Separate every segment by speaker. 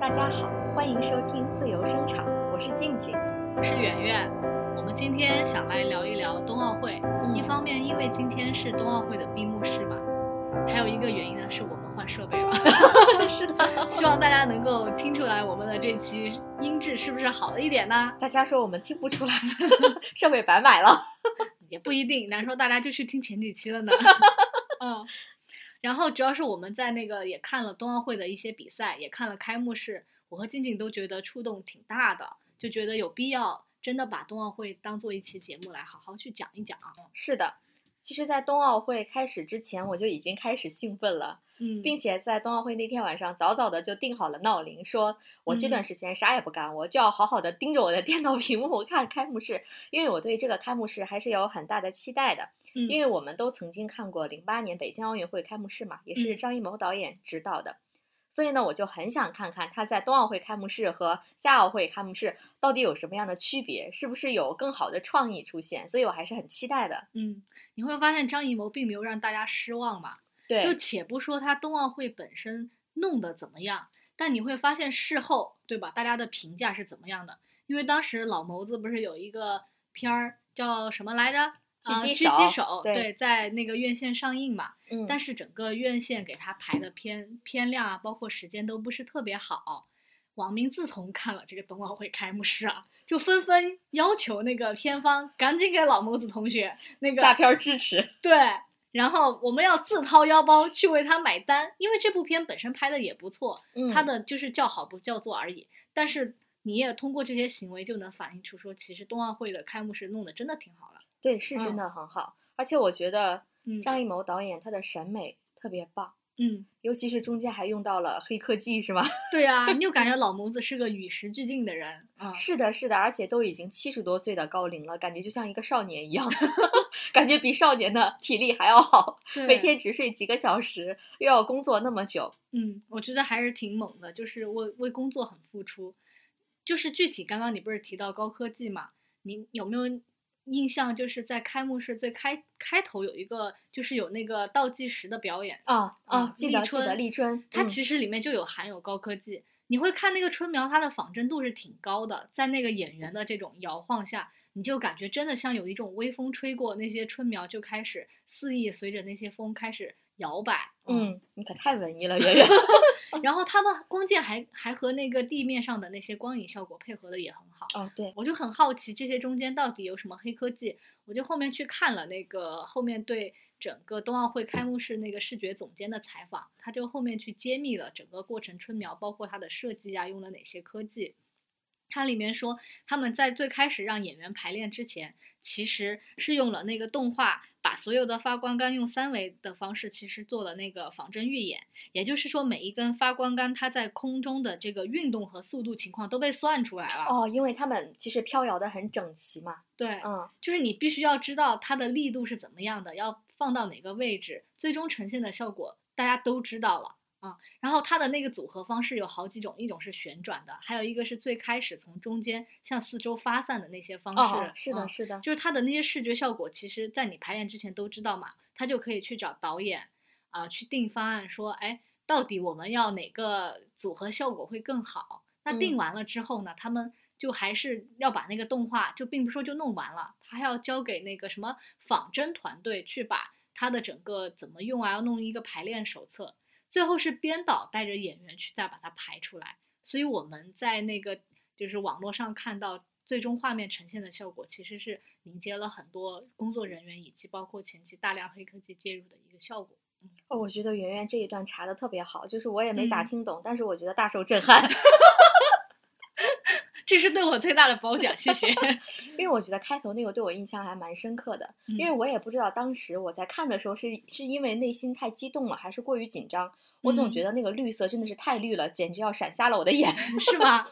Speaker 1: 大家好，欢迎收听自由声场，我是静静。
Speaker 2: 我是圆圆。我们今天想来聊一聊冬奥会。一方面，因为今天是冬奥会的闭幕式嘛，还有一个原因呢，是我们换设备了。
Speaker 1: 是的，
Speaker 2: 希望大家能够听出来我们的这期音质是不是好了一点呢？
Speaker 1: 大家说我们听不 出来，设备白买了。
Speaker 2: 也不一定，难说大家就去听前几期 了呢。嗯，然后主要是我们在那个也看了冬奥会的一些比赛，也看了开幕式，我和静静都觉得触动挺大的，就觉得有必要真的把冬奥会当做一期节目来好好去讲一讲啊。
Speaker 1: 是的，其实，在冬奥会开始之前，我就已经开始兴奋了，
Speaker 2: 嗯，
Speaker 1: 并且在冬奥会那天晚上，早早的就定好了闹铃，说我这段时间啥也不干，我就要好好的盯着我的电脑屏幕看开幕式，因为我对这个开幕式还是有很大的期待的。
Speaker 2: 嗯
Speaker 1: 因为我们都曾经看过零八年北京奥运会开幕式嘛，也是
Speaker 2: 嗯
Speaker 1: 张艺谋导演执导的，所以呢，我就很想看看他在冬奥会开幕式和夏奥会开幕式到底有什么样的区别，是不是有更好的创意出现，所以我还是很期待的。
Speaker 2: 嗯，你会发现张艺谋并没有让大家失望嘛。就
Speaker 1: 对，
Speaker 2: 且不说他冬奥会本身弄得怎么样，但你会发现事后，对吧？大家的评价是怎么样的？因为当时老谋子不是有一个片儿叫什么来着？
Speaker 1: 狙
Speaker 2: 啊
Speaker 1: 击
Speaker 2: 狙
Speaker 1: 手
Speaker 2: 击手，
Speaker 1: 对
Speaker 2: 对，在那个院线上映嘛。
Speaker 1: 嗯，
Speaker 2: 但是整个院线给他排的片片量啊，包括时间都不是特别好。网民自从看了这个冬奥会开幕式啊，就纷纷要求那个片方赶紧给老谋子同学那个
Speaker 1: 诈片儿支 持，
Speaker 2: 对，然后我们要自掏腰包去为他买单，因为这部片本身拍的也不错，
Speaker 1: 嗯
Speaker 2: 它的就是叫好不叫座而已。但是你也通过这些行为就能反映出说，其实冬奥会的开幕式弄得真的挺好的。
Speaker 1: 对是真
Speaker 2: 嗯
Speaker 1: 的很好，而且我觉得
Speaker 2: 嗯
Speaker 1: 张艺谋导演他的审美特别棒，
Speaker 2: 嗯，
Speaker 1: 尤其是中间还用到了黑科技，是吧？
Speaker 2: 对呀、啊，你就感觉老谋子是个与时俱进的人 啊。
Speaker 1: 是的，是的，而且都已经七十多岁的高龄了，感觉就像一个少年一样， 感觉比少年的体力还要好。
Speaker 2: 对
Speaker 1: 每天只睡几个小时，又要工作那么久，
Speaker 2: 嗯，我觉得还是挺猛的，就是为为工作很付出。就是具体刚刚你不是提到高科技嘛？你有没有印象？就是在开幕式最开开头有一个，就是有那个倒计时的表演，
Speaker 1: 啊啊！
Speaker 2: 嗯
Speaker 1: 记
Speaker 2: 立
Speaker 1: 得记得，
Speaker 2: 春
Speaker 1: 立春，
Speaker 2: 它
Speaker 1: 嗯
Speaker 2: 其实里面就有含有高科技。你会看那个春苗，它的仿真度是挺高的，在那个演员的这种摇晃下，你就感觉真的像有一种微风吹过，那些春苗就开始肆意随着那些风开始摇摆。
Speaker 1: 嗯，你可太文艺了，圆圆。
Speaker 2: 然后他们光键还还和那个地面上的那些光影效果配合的也很好，
Speaker 1: 哦，对，
Speaker 2: 我就很好奇这些中间到底有什么黑科技。我就后面去看了那个后面对整个冬奥会开幕式那个视觉总监的采访，他就后面去揭秘了整个过程春苗，包括它的设计啊，用了哪些科技。它里面说，他们在最开始让演员排练之前，其实是用了那个动画，把所有的发光杆用三维的方式，其实做了那个仿真预演。也就是说，每一根发光杆它在空中的这个运动和速度情况都被算出来了。
Speaker 1: 哦，因为他们其实飘摇的很整齐嘛，
Speaker 2: 对，
Speaker 1: 嗯，
Speaker 2: 就是你必须要知道它的力度是怎么样的，要放到哪个位置，最终呈现的效果大家都知道了啊。然后它的那个组合方式有好几种，一种是旋转的，还有一个是最开始从中间向四周发散的那些方式。
Speaker 1: 哦，是的，
Speaker 2: 嗯
Speaker 1: 是的，
Speaker 2: 就是它的那些视觉效果，其实在你排练之前都知道嘛，他就可以去找导演啊、去定方案，说，哎，到底我们要哪个组合效果会更好？那
Speaker 1: 嗯
Speaker 2: 定完了之后呢，他们就还是要把那个动画，就并不是说就弄完了，他还要交给那个什么仿真团队去把它的整个怎么用啊，要弄一个排练手册，最后是编导带着演员去再把它排出来。所以我们在那个就是网络上看到最终画面呈现的效果，其实是凝结了很多工作人员以及包括前期大量黑科技介入的一个效果。
Speaker 1: 哦，我觉得圆圆这一段查的特别好，就是我也没咋
Speaker 2: 嗯
Speaker 1: 听懂，但是我觉得大受震撼。
Speaker 2: 这是对我最大的褒奖，谢谢。
Speaker 1: 因为我觉得开头那个对我印象还蛮深刻的，因为
Speaker 2: 嗯
Speaker 1: 我也不知道当时我在看的时候是是因为内心太激动了，还是过于紧张。我总
Speaker 2: 嗯
Speaker 1: 觉得那个绿色真的是太绿了，简直要闪瞎了我的眼。
Speaker 2: 是吗？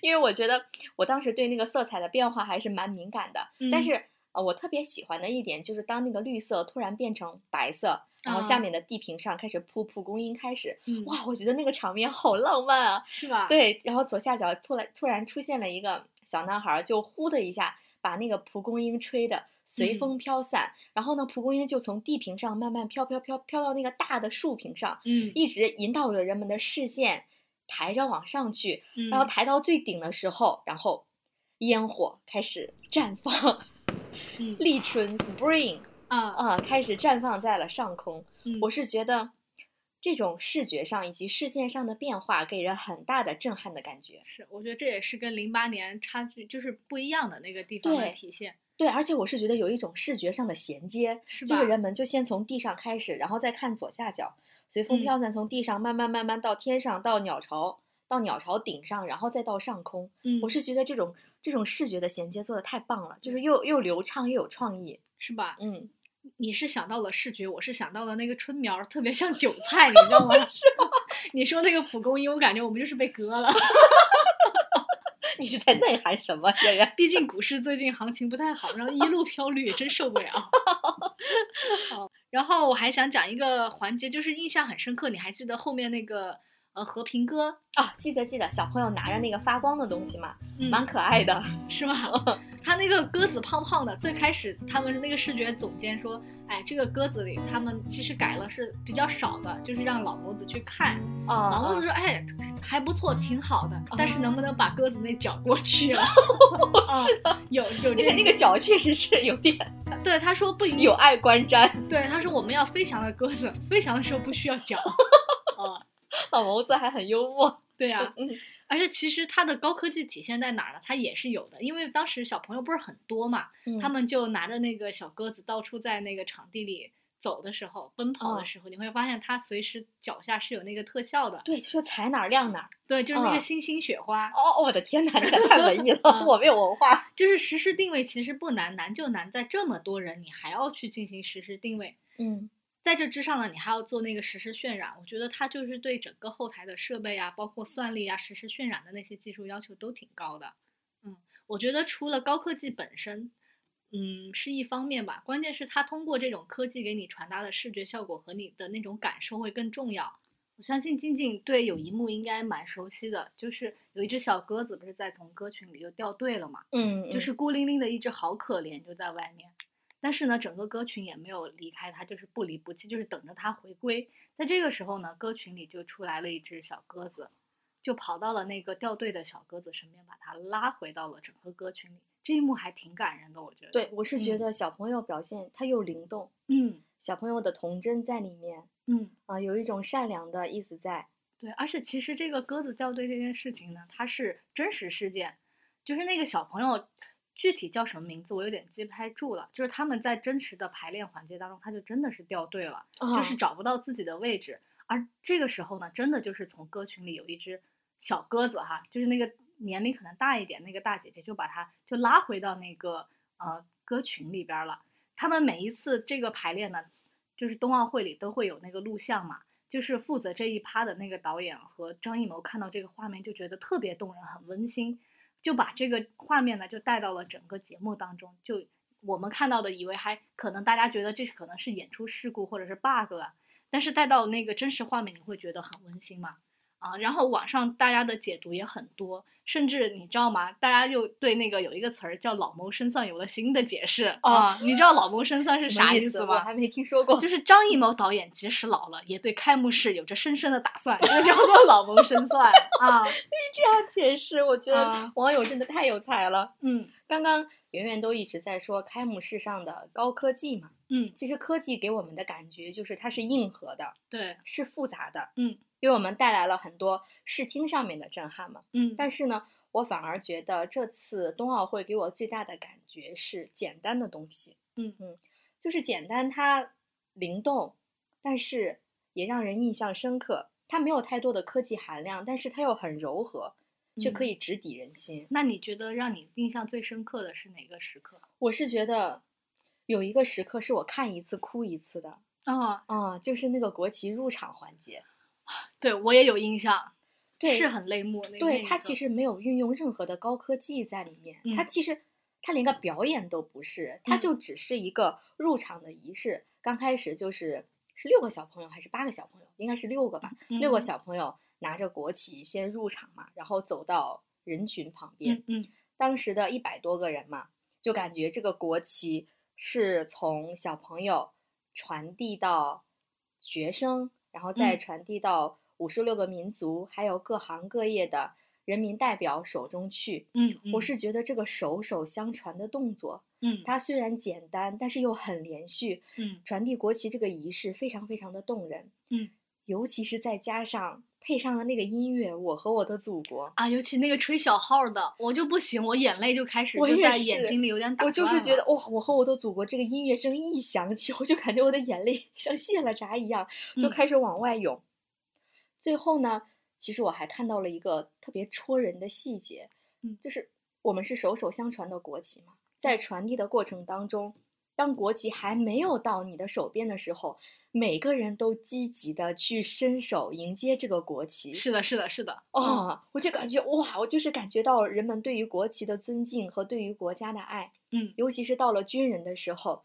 Speaker 1: 因为我觉得我当时对那个色彩的变化还是蛮敏感的，但
Speaker 2: 嗯
Speaker 1: 是呃，我特别喜欢的一点就是当那个绿色突然变成白色，然后下
Speaker 2: 啊
Speaker 1: 面的地坪上开始铺蒲公英开始，
Speaker 2: 嗯，
Speaker 1: 哇，我觉得那个场面好浪漫啊！
Speaker 2: 是吧？，
Speaker 1: 对，然后左下角突然突然出现了一个小男孩儿，就呼的一下把那个蒲公英吹的随
Speaker 2: 嗯
Speaker 1: 风飘散，然后呢，蒲公英就从地平上慢慢飘飘飘飘到那个大的树屏上，
Speaker 2: 嗯，
Speaker 1: 一直引导着人们的视线抬着往上去，
Speaker 2: 嗯
Speaker 1: 然后抬到最顶的时候，然后烟火开始绽放，
Speaker 2: 嗯
Speaker 1: 立春 spring
Speaker 2: 啊，
Speaker 1: 啊、开始绽放在了上空。
Speaker 2: 嗯
Speaker 1: 我是觉得这种视觉上以及视线上的变化给人很大的震撼的感觉。
Speaker 2: 是，我觉得这也是跟零八年差距就是不一样的那个地方的
Speaker 1: 对
Speaker 2: 体现，
Speaker 1: 对，而且我是觉得有一种视觉上的衔接，
Speaker 2: 是
Speaker 1: 就
Speaker 2: 吧？
Speaker 1: 是人们就先从地上开始，然后再看左下角，随风
Speaker 2: 嗯
Speaker 1: 飘散，从地上慢慢慢慢到天上，到鸟巢，到鸟巢顶上，然后再到上空。
Speaker 2: 嗯，
Speaker 1: 我是觉得这种这种视觉的衔接做的太棒了，就是又又流畅又有创意。
Speaker 2: 是吧？
Speaker 1: 嗯，
Speaker 2: 你是想到了视觉，我是想到了那个春苗儿特别像韭菜，你知道吗？ 是你说那个蒲公英，我感觉我们就是被割了。
Speaker 1: 你是在内涵什么，演员？
Speaker 2: 毕竟股市最近行情不太好，然后一路飘绿，真受不了。 好，然后我还想讲一个环节，就是印象很深刻，你还记得后面那个呃和平鸽，
Speaker 1: 啊，记得记得，小朋友拿着那个发光的东西嘛，
Speaker 2: 嗯，
Speaker 1: 蛮可爱的。
Speaker 2: 是吧？ 他那个鸽子胖胖的，最开始他们那个视觉总监说，哎，这个鸽子里他们其实改了是比较少的，就是让老谋子去看，
Speaker 1: 啊
Speaker 2: 老
Speaker 1: 啊
Speaker 2: 谋子说，哎，还不错，挺好的，但是能不能把鸽子那脚给我去了？啊，有 有
Speaker 1: 那
Speaker 2: 这
Speaker 1: 个那个脚确实是有点
Speaker 2: 对他说不允许
Speaker 1: 有碍观瞻。
Speaker 2: 对，他说我们要飞翔的鸽子，飞翔的时候不需要脚。啊，
Speaker 1: 老谋子还很幽默。
Speaker 2: 对呀、
Speaker 1: 嗯，
Speaker 2: 而且其实它的高科技体现在哪儿呢？它也是有的，因为当时小朋友不是很多嘛，
Speaker 1: 嗯
Speaker 2: 他们就拿着那个小鸽子到处在那个场地里走的时候、奔跑的
Speaker 1: 哦
Speaker 2: 时候，你会发现它随时脚下是有那个特效的。
Speaker 1: 对，就说踩哪儿亮哪儿。
Speaker 2: 对，就是那个
Speaker 1: 嗯
Speaker 2: 星星雪花，
Speaker 1: 哦，我的天哪，你可太文艺了， 我没有文化。
Speaker 2: 就是实时定位其实不难，难就难在这么多人，你还要去进行实时定位。
Speaker 1: 嗯
Speaker 2: 在这之上呢，你还要做那个实时渲染，我觉得它就是对整个后台的设备啊，包括算力啊、实时渲染的那些技术要求都挺高的。嗯，我觉得除了高科技本身，嗯，是一方面吧，关键是它通过这种科技给你传达的视觉效果和你的那种感受会更重要。我相信静静对有一幕应该蛮熟悉的，就是有一只小鸽子不是在从鸽群里就掉队了嘛，
Speaker 1: 嗯
Speaker 2: 就是孤零零的一只，好可怜，就在外面。但是呢，整个歌群也没有离开它，就是不离不弃，就是等着它回归。在这个时候呢，歌群里就出来了一只小鸽子，就跑到了那个掉队的小鸽子身边，把它拉回到了整个歌群里。这一幕还挺感人的，我觉得。
Speaker 1: 对，我是觉
Speaker 2: 嗯
Speaker 1: 得小朋友表现他又灵动，
Speaker 2: 嗯
Speaker 1: 小朋友的童真在里面
Speaker 2: 嗯，
Speaker 1: 啊，有一种善良的意思在。
Speaker 2: 对。而且其实这个鸽子掉队这件事情呢，它是真实事件，就是那个小朋友。具体叫什么名字我有点记不太住了，就是他们在真实的排练环节当中，他就真的是掉队了。
Speaker 1: 啊
Speaker 2: 就是找不到自己的位置。而这个时候呢，真的就是从歌群里有一只小鸽子哈，就是那个年龄可能大一点那个大姐姐，就把它就拉回到那个呃歌群里边儿了。他们每一次这个排练呢，就是冬奥会里都会有那个录像嘛，就是负责这一趴的那个导演和张艺谋看到这个画面就觉得特别动人，很温馨，就把这个画面呢就带到了整个节目当中。就我们看到的以为还可能大家觉得这是可能是演出事故或者是 bug 啊，但是带到那个真实画面，你会觉得很温馨嘛。啊，然后网上大家的解读也很多，甚至你知道吗？大家又对那个有一个词儿叫“老谋深算”有了新的解释
Speaker 1: 哦
Speaker 2: 啊！你知道“老谋深算”是
Speaker 1: 什么
Speaker 2: 啥
Speaker 1: 意
Speaker 2: 思
Speaker 1: 我
Speaker 2: 吗？
Speaker 1: 还没听说过。
Speaker 2: 就是张艺谋导演即使老了，也对开幕式有着深深的打算，这叫做老谋深 算啊。
Speaker 1: 这样解释，我觉
Speaker 2: 啊
Speaker 1: 得网友真的太有才了。
Speaker 2: 嗯
Speaker 1: 刚刚圆圆都一直在说开幕式上的高科技嘛，
Speaker 2: 嗯，
Speaker 1: 其实科技给我们的感觉就是它是硬核的，
Speaker 2: 对，
Speaker 1: 是复杂的，
Speaker 2: 嗯，
Speaker 1: 给我们带来了很多视听上面的震撼嘛。
Speaker 2: 嗯，
Speaker 1: 但是呢，我反而觉得这次冬奥会给我最大的感觉是简单的东西，
Speaker 2: 嗯
Speaker 1: 嗯，就是简单它灵动，但是也让人印象深刻。它没有太多的科技含量，但是它又很柔和，却可
Speaker 2: 嗯
Speaker 1: 以直抵人心。
Speaker 2: 那你觉得让你印象最深刻的是哪个时刻？
Speaker 1: 我是觉得有一个时刻是我看一次哭一次的
Speaker 2: 啊，
Speaker 1: 啊、就是那个国旗入场环节。
Speaker 2: 对我也有印象，
Speaker 1: 对
Speaker 2: 是很泪目。那
Speaker 1: 对，
Speaker 2: 那
Speaker 1: 它
Speaker 2: 一
Speaker 1: 其
Speaker 2: 个
Speaker 1: 实没有运用任何的高科技在里面，它
Speaker 2: 嗯
Speaker 1: 其实它连个表演都不是，它
Speaker 2: 嗯
Speaker 1: 就只是一个入场的仪式。刚开始就是是六个小朋友还是八个小朋友？应该是六个吧，六个
Speaker 2: 嗯
Speaker 1: 小朋友拿着国旗先入场嘛，然后走到人群旁边，
Speaker 2: 嗯嗯
Speaker 1: 当时的一百多个人嘛，就感觉这个国旗是从小朋友传递到学生，然后再
Speaker 2: 嗯
Speaker 1: 传递到五十六个民族，还有各行各业的人民代表手中去。
Speaker 2: 嗯，嗯
Speaker 1: 我是觉得这个手手相传的动作，
Speaker 2: 嗯，
Speaker 1: 它虽然简单，但是又很连续，
Speaker 2: 嗯
Speaker 1: 传递国旗这个仪式非常非常的动人。
Speaker 2: 嗯，
Speaker 1: 尤其是再加上配上了那个音乐，《我和我的祖国》。
Speaker 2: 啊，尤其那个吹小号儿的，我就不行，我眼泪就开始
Speaker 1: 我
Speaker 2: 就
Speaker 1: 也
Speaker 2: 在眼
Speaker 1: 是
Speaker 2: 睛里有点打
Speaker 1: 我就是
Speaker 2: 转
Speaker 1: 觉
Speaker 2: 了
Speaker 1: 得，哇、我和我的祖国这个音乐声一响起，我就感觉我的眼泪 像泄了闸一样，就
Speaker 2: 嗯
Speaker 1: 开始往外涌。最后呢，其实我还看到了一个特别戳人的细节，
Speaker 2: 嗯
Speaker 1: 就是我们是手手相传的国旗嘛，在传递的过程当中，当国旗还没有到你的手边的时候，每个人都积极的去伸手迎接这个国旗。
Speaker 2: 是的，是的，是的，嗯
Speaker 1: 哦，我就感觉哇，我就是感觉到人们对于国旗的尊敬和对于国家的爱。
Speaker 2: 嗯
Speaker 1: 尤其是到了军人的时候，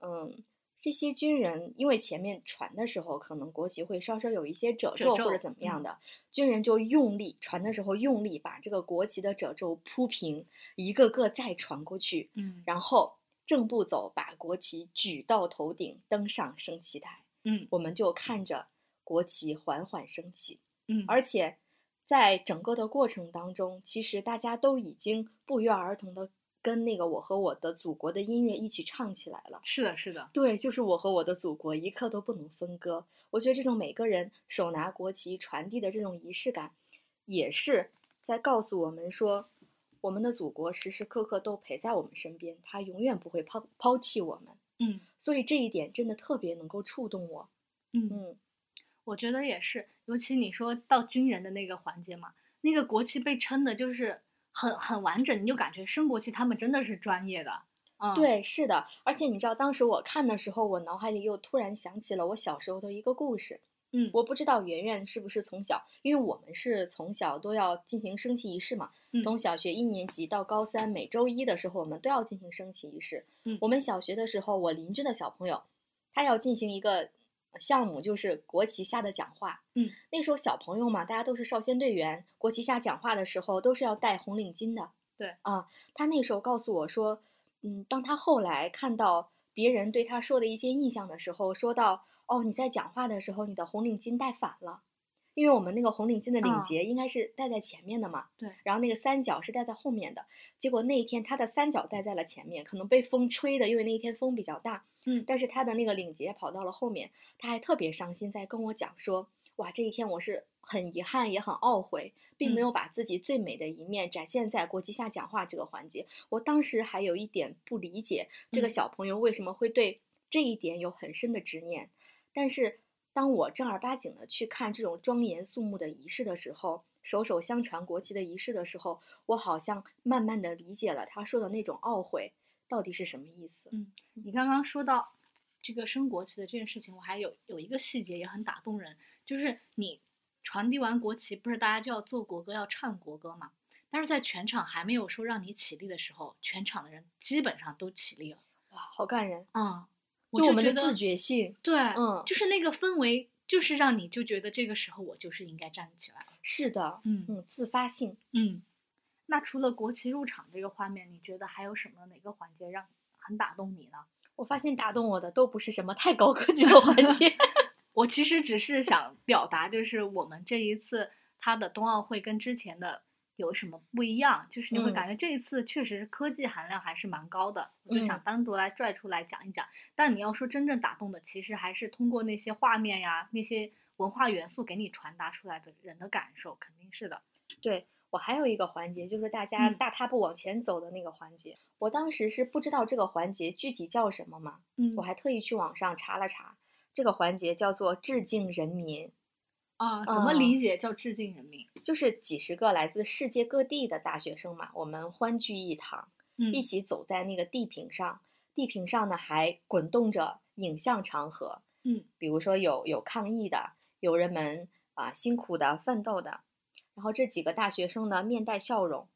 Speaker 1: 嗯，这些军人因为前面传的时候，可能国旗会稍稍有一些褶
Speaker 2: 褶
Speaker 1: 皱或者
Speaker 2: 皱
Speaker 1: 怎么样的，军人就用力传的时候用力把这个国旗的褶皱铺平，一个个再传过去，
Speaker 2: 嗯
Speaker 1: 然后正步走，把国旗举到头顶，登上升旗台，
Speaker 2: 嗯
Speaker 1: 我们就看着国旗缓缓升起。
Speaker 2: 嗯，
Speaker 1: 而且在整个的过程当中，其实大家都已经不约而同的跟那个《我和我的祖国》的音乐一起唱起来了。
Speaker 2: 是的，是的，
Speaker 1: 对，就是我和我的祖国，一刻都不能分割。我觉得这种每个人手拿国旗传递的这种仪式感，也是在告诉我们说，我们的祖国时时刻刻都陪在我们身边，它永远不会抛抛弃我们。
Speaker 2: 嗯
Speaker 1: 所以这一点真的特别能够触动我。
Speaker 2: 嗯，
Speaker 1: 嗯，
Speaker 2: 我觉得也是，尤其你说到军人的那个环节嘛，那个国旗被撑的就是很很完整，你就感觉升国旗他们真的是专业的，嗯，，
Speaker 1: 对，是的，而且你知道，当时我看的时候，我脑海里又突然想起了我小时候的一个故事。
Speaker 2: 嗯，
Speaker 1: 我不知道圆圆是不是从小，因为我们是从小都要进行升旗仪式嘛，
Speaker 2: 嗯
Speaker 1: 从小学一年级到高三，每周一的时候我们都要进行升旗仪式。
Speaker 2: 嗯
Speaker 1: 我们小学的时候，我邻居的小朋友，他要进行一个项目，就是国旗下的讲话。
Speaker 2: 嗯，
Speaker 1: 那时候小朋友嘛，大家都是少先队员，国旗下讲话的时候都是要戴红领巾的。
Speaker 2: 对
Speaker 1: 啊，他那时候告诉我说，嗯，当他后来看到别人对他说的一些印象的时候，说到哦，你在讲话的时候，你的红领巾戴反了，因为我们那个红领巾的
Speaker 2: 啊
Speaker 1: 领结应该是戴在前面的嘛，
Speaker 2: 对
Speaker 1: 然后那个三角是戴在后面的。结果那一天他的三角戴在了前面，可能被风吹的，因为那一天风比较大，
Speaker 2: 嗯
Speaker 1: 但是他的那个领结跑到了后面，他还特别伤心，在跟我讲说，哇，这一天我是很遗憾也很懊悔，并没
Speaker 2: 嗯
Speaker 1: 有把自己最美的一面展现在国旗下讲话这个环节。我当时还有一点不理解，这个
Speaker 2: 嗯
Speaker 1: 小朋友为什么会对这一点有很深的执念。但是当我正儿八经的去看这种庄严肃穆的仪式的时候，手手相传国旗的仪式的时候，我好像慢慢的理解了他说的那种懊悔到底是什么意思。
Speaker 2: 你刚刚说到这个升国旗的这件事情，我还有有一个细节也很打动人，就是你传递完国旗，不是大家就要奏国歌，要唱国歌嘛？但是在全场还没有说让你起立的时候，全场的人基本上都起立了。
Speaker 1: 哇，好感人！
Speaker 2: 嗯，我
Speaker 1: 对我
Speaker 2: 就
Speaker 1: 们
Speaker 2: 觉
Speaker 1: 的
Speaker 2: 得啊
Speaker 1: 自觉性，
Speaker 2: 对，
Speaker 1: 嗯
Speaker 2: 就是那个氛围，就是让你就觉得这个时候我就是应该站起来了。
Speaker 1: 是的，
Speaker 2: 嗯
Speaker 1: 嗯，自发性。
Speaker 2: 嗯，那除了国旗入场这个画面，你觉得还有什么哪个环节让很打动你呢？
Speaker 1: 我发现打动我的都不是什么太高科技的环节，
Speaker 2: 我其实只是想表达，就是我们这一次它的冬奥会跟之前的有什么不一样，就是你会
Speaker 1: 嗯
Speaker 2: 感觉这一次确实是科技含量还是蛮高的，我就
Speaker 1: 嗯
Speaker 2: 想单独来拽出来讲一讲。但你要说真正打动的，其实还是通过那些画面呀、那些文化元素给你传达出来的人的感受，肯定是的。
Speaker 1: 对我还有一个环节，就是大家
Speaker 2: 嗯
Speaker 1: 大踏步往前走的那个环节。我当时是不知道这个环节具体叫什么嘛，
Speaker 2: 嗯
Speaker 1: 我还特意去网上查了查，这个环节叫做致敬人民，
Speaker 2: 啊，怎么
Speaker 1: 嗯
Speaker 2: 理解叫致敬人民？
Speaker 1: 就是几十个来自世界各地的大学生嘛，我们欢聚一堂，
Speaker 2: 嗯
Speaker 1: 一起走在那个地平上，地平上呢还滚动着影像长河，
Speaker 2: 嗯
Speaker 1: 比如说有有抗议的，有人们啊、辛苦的奋斗的，然后这几个大学生呢面带笑容，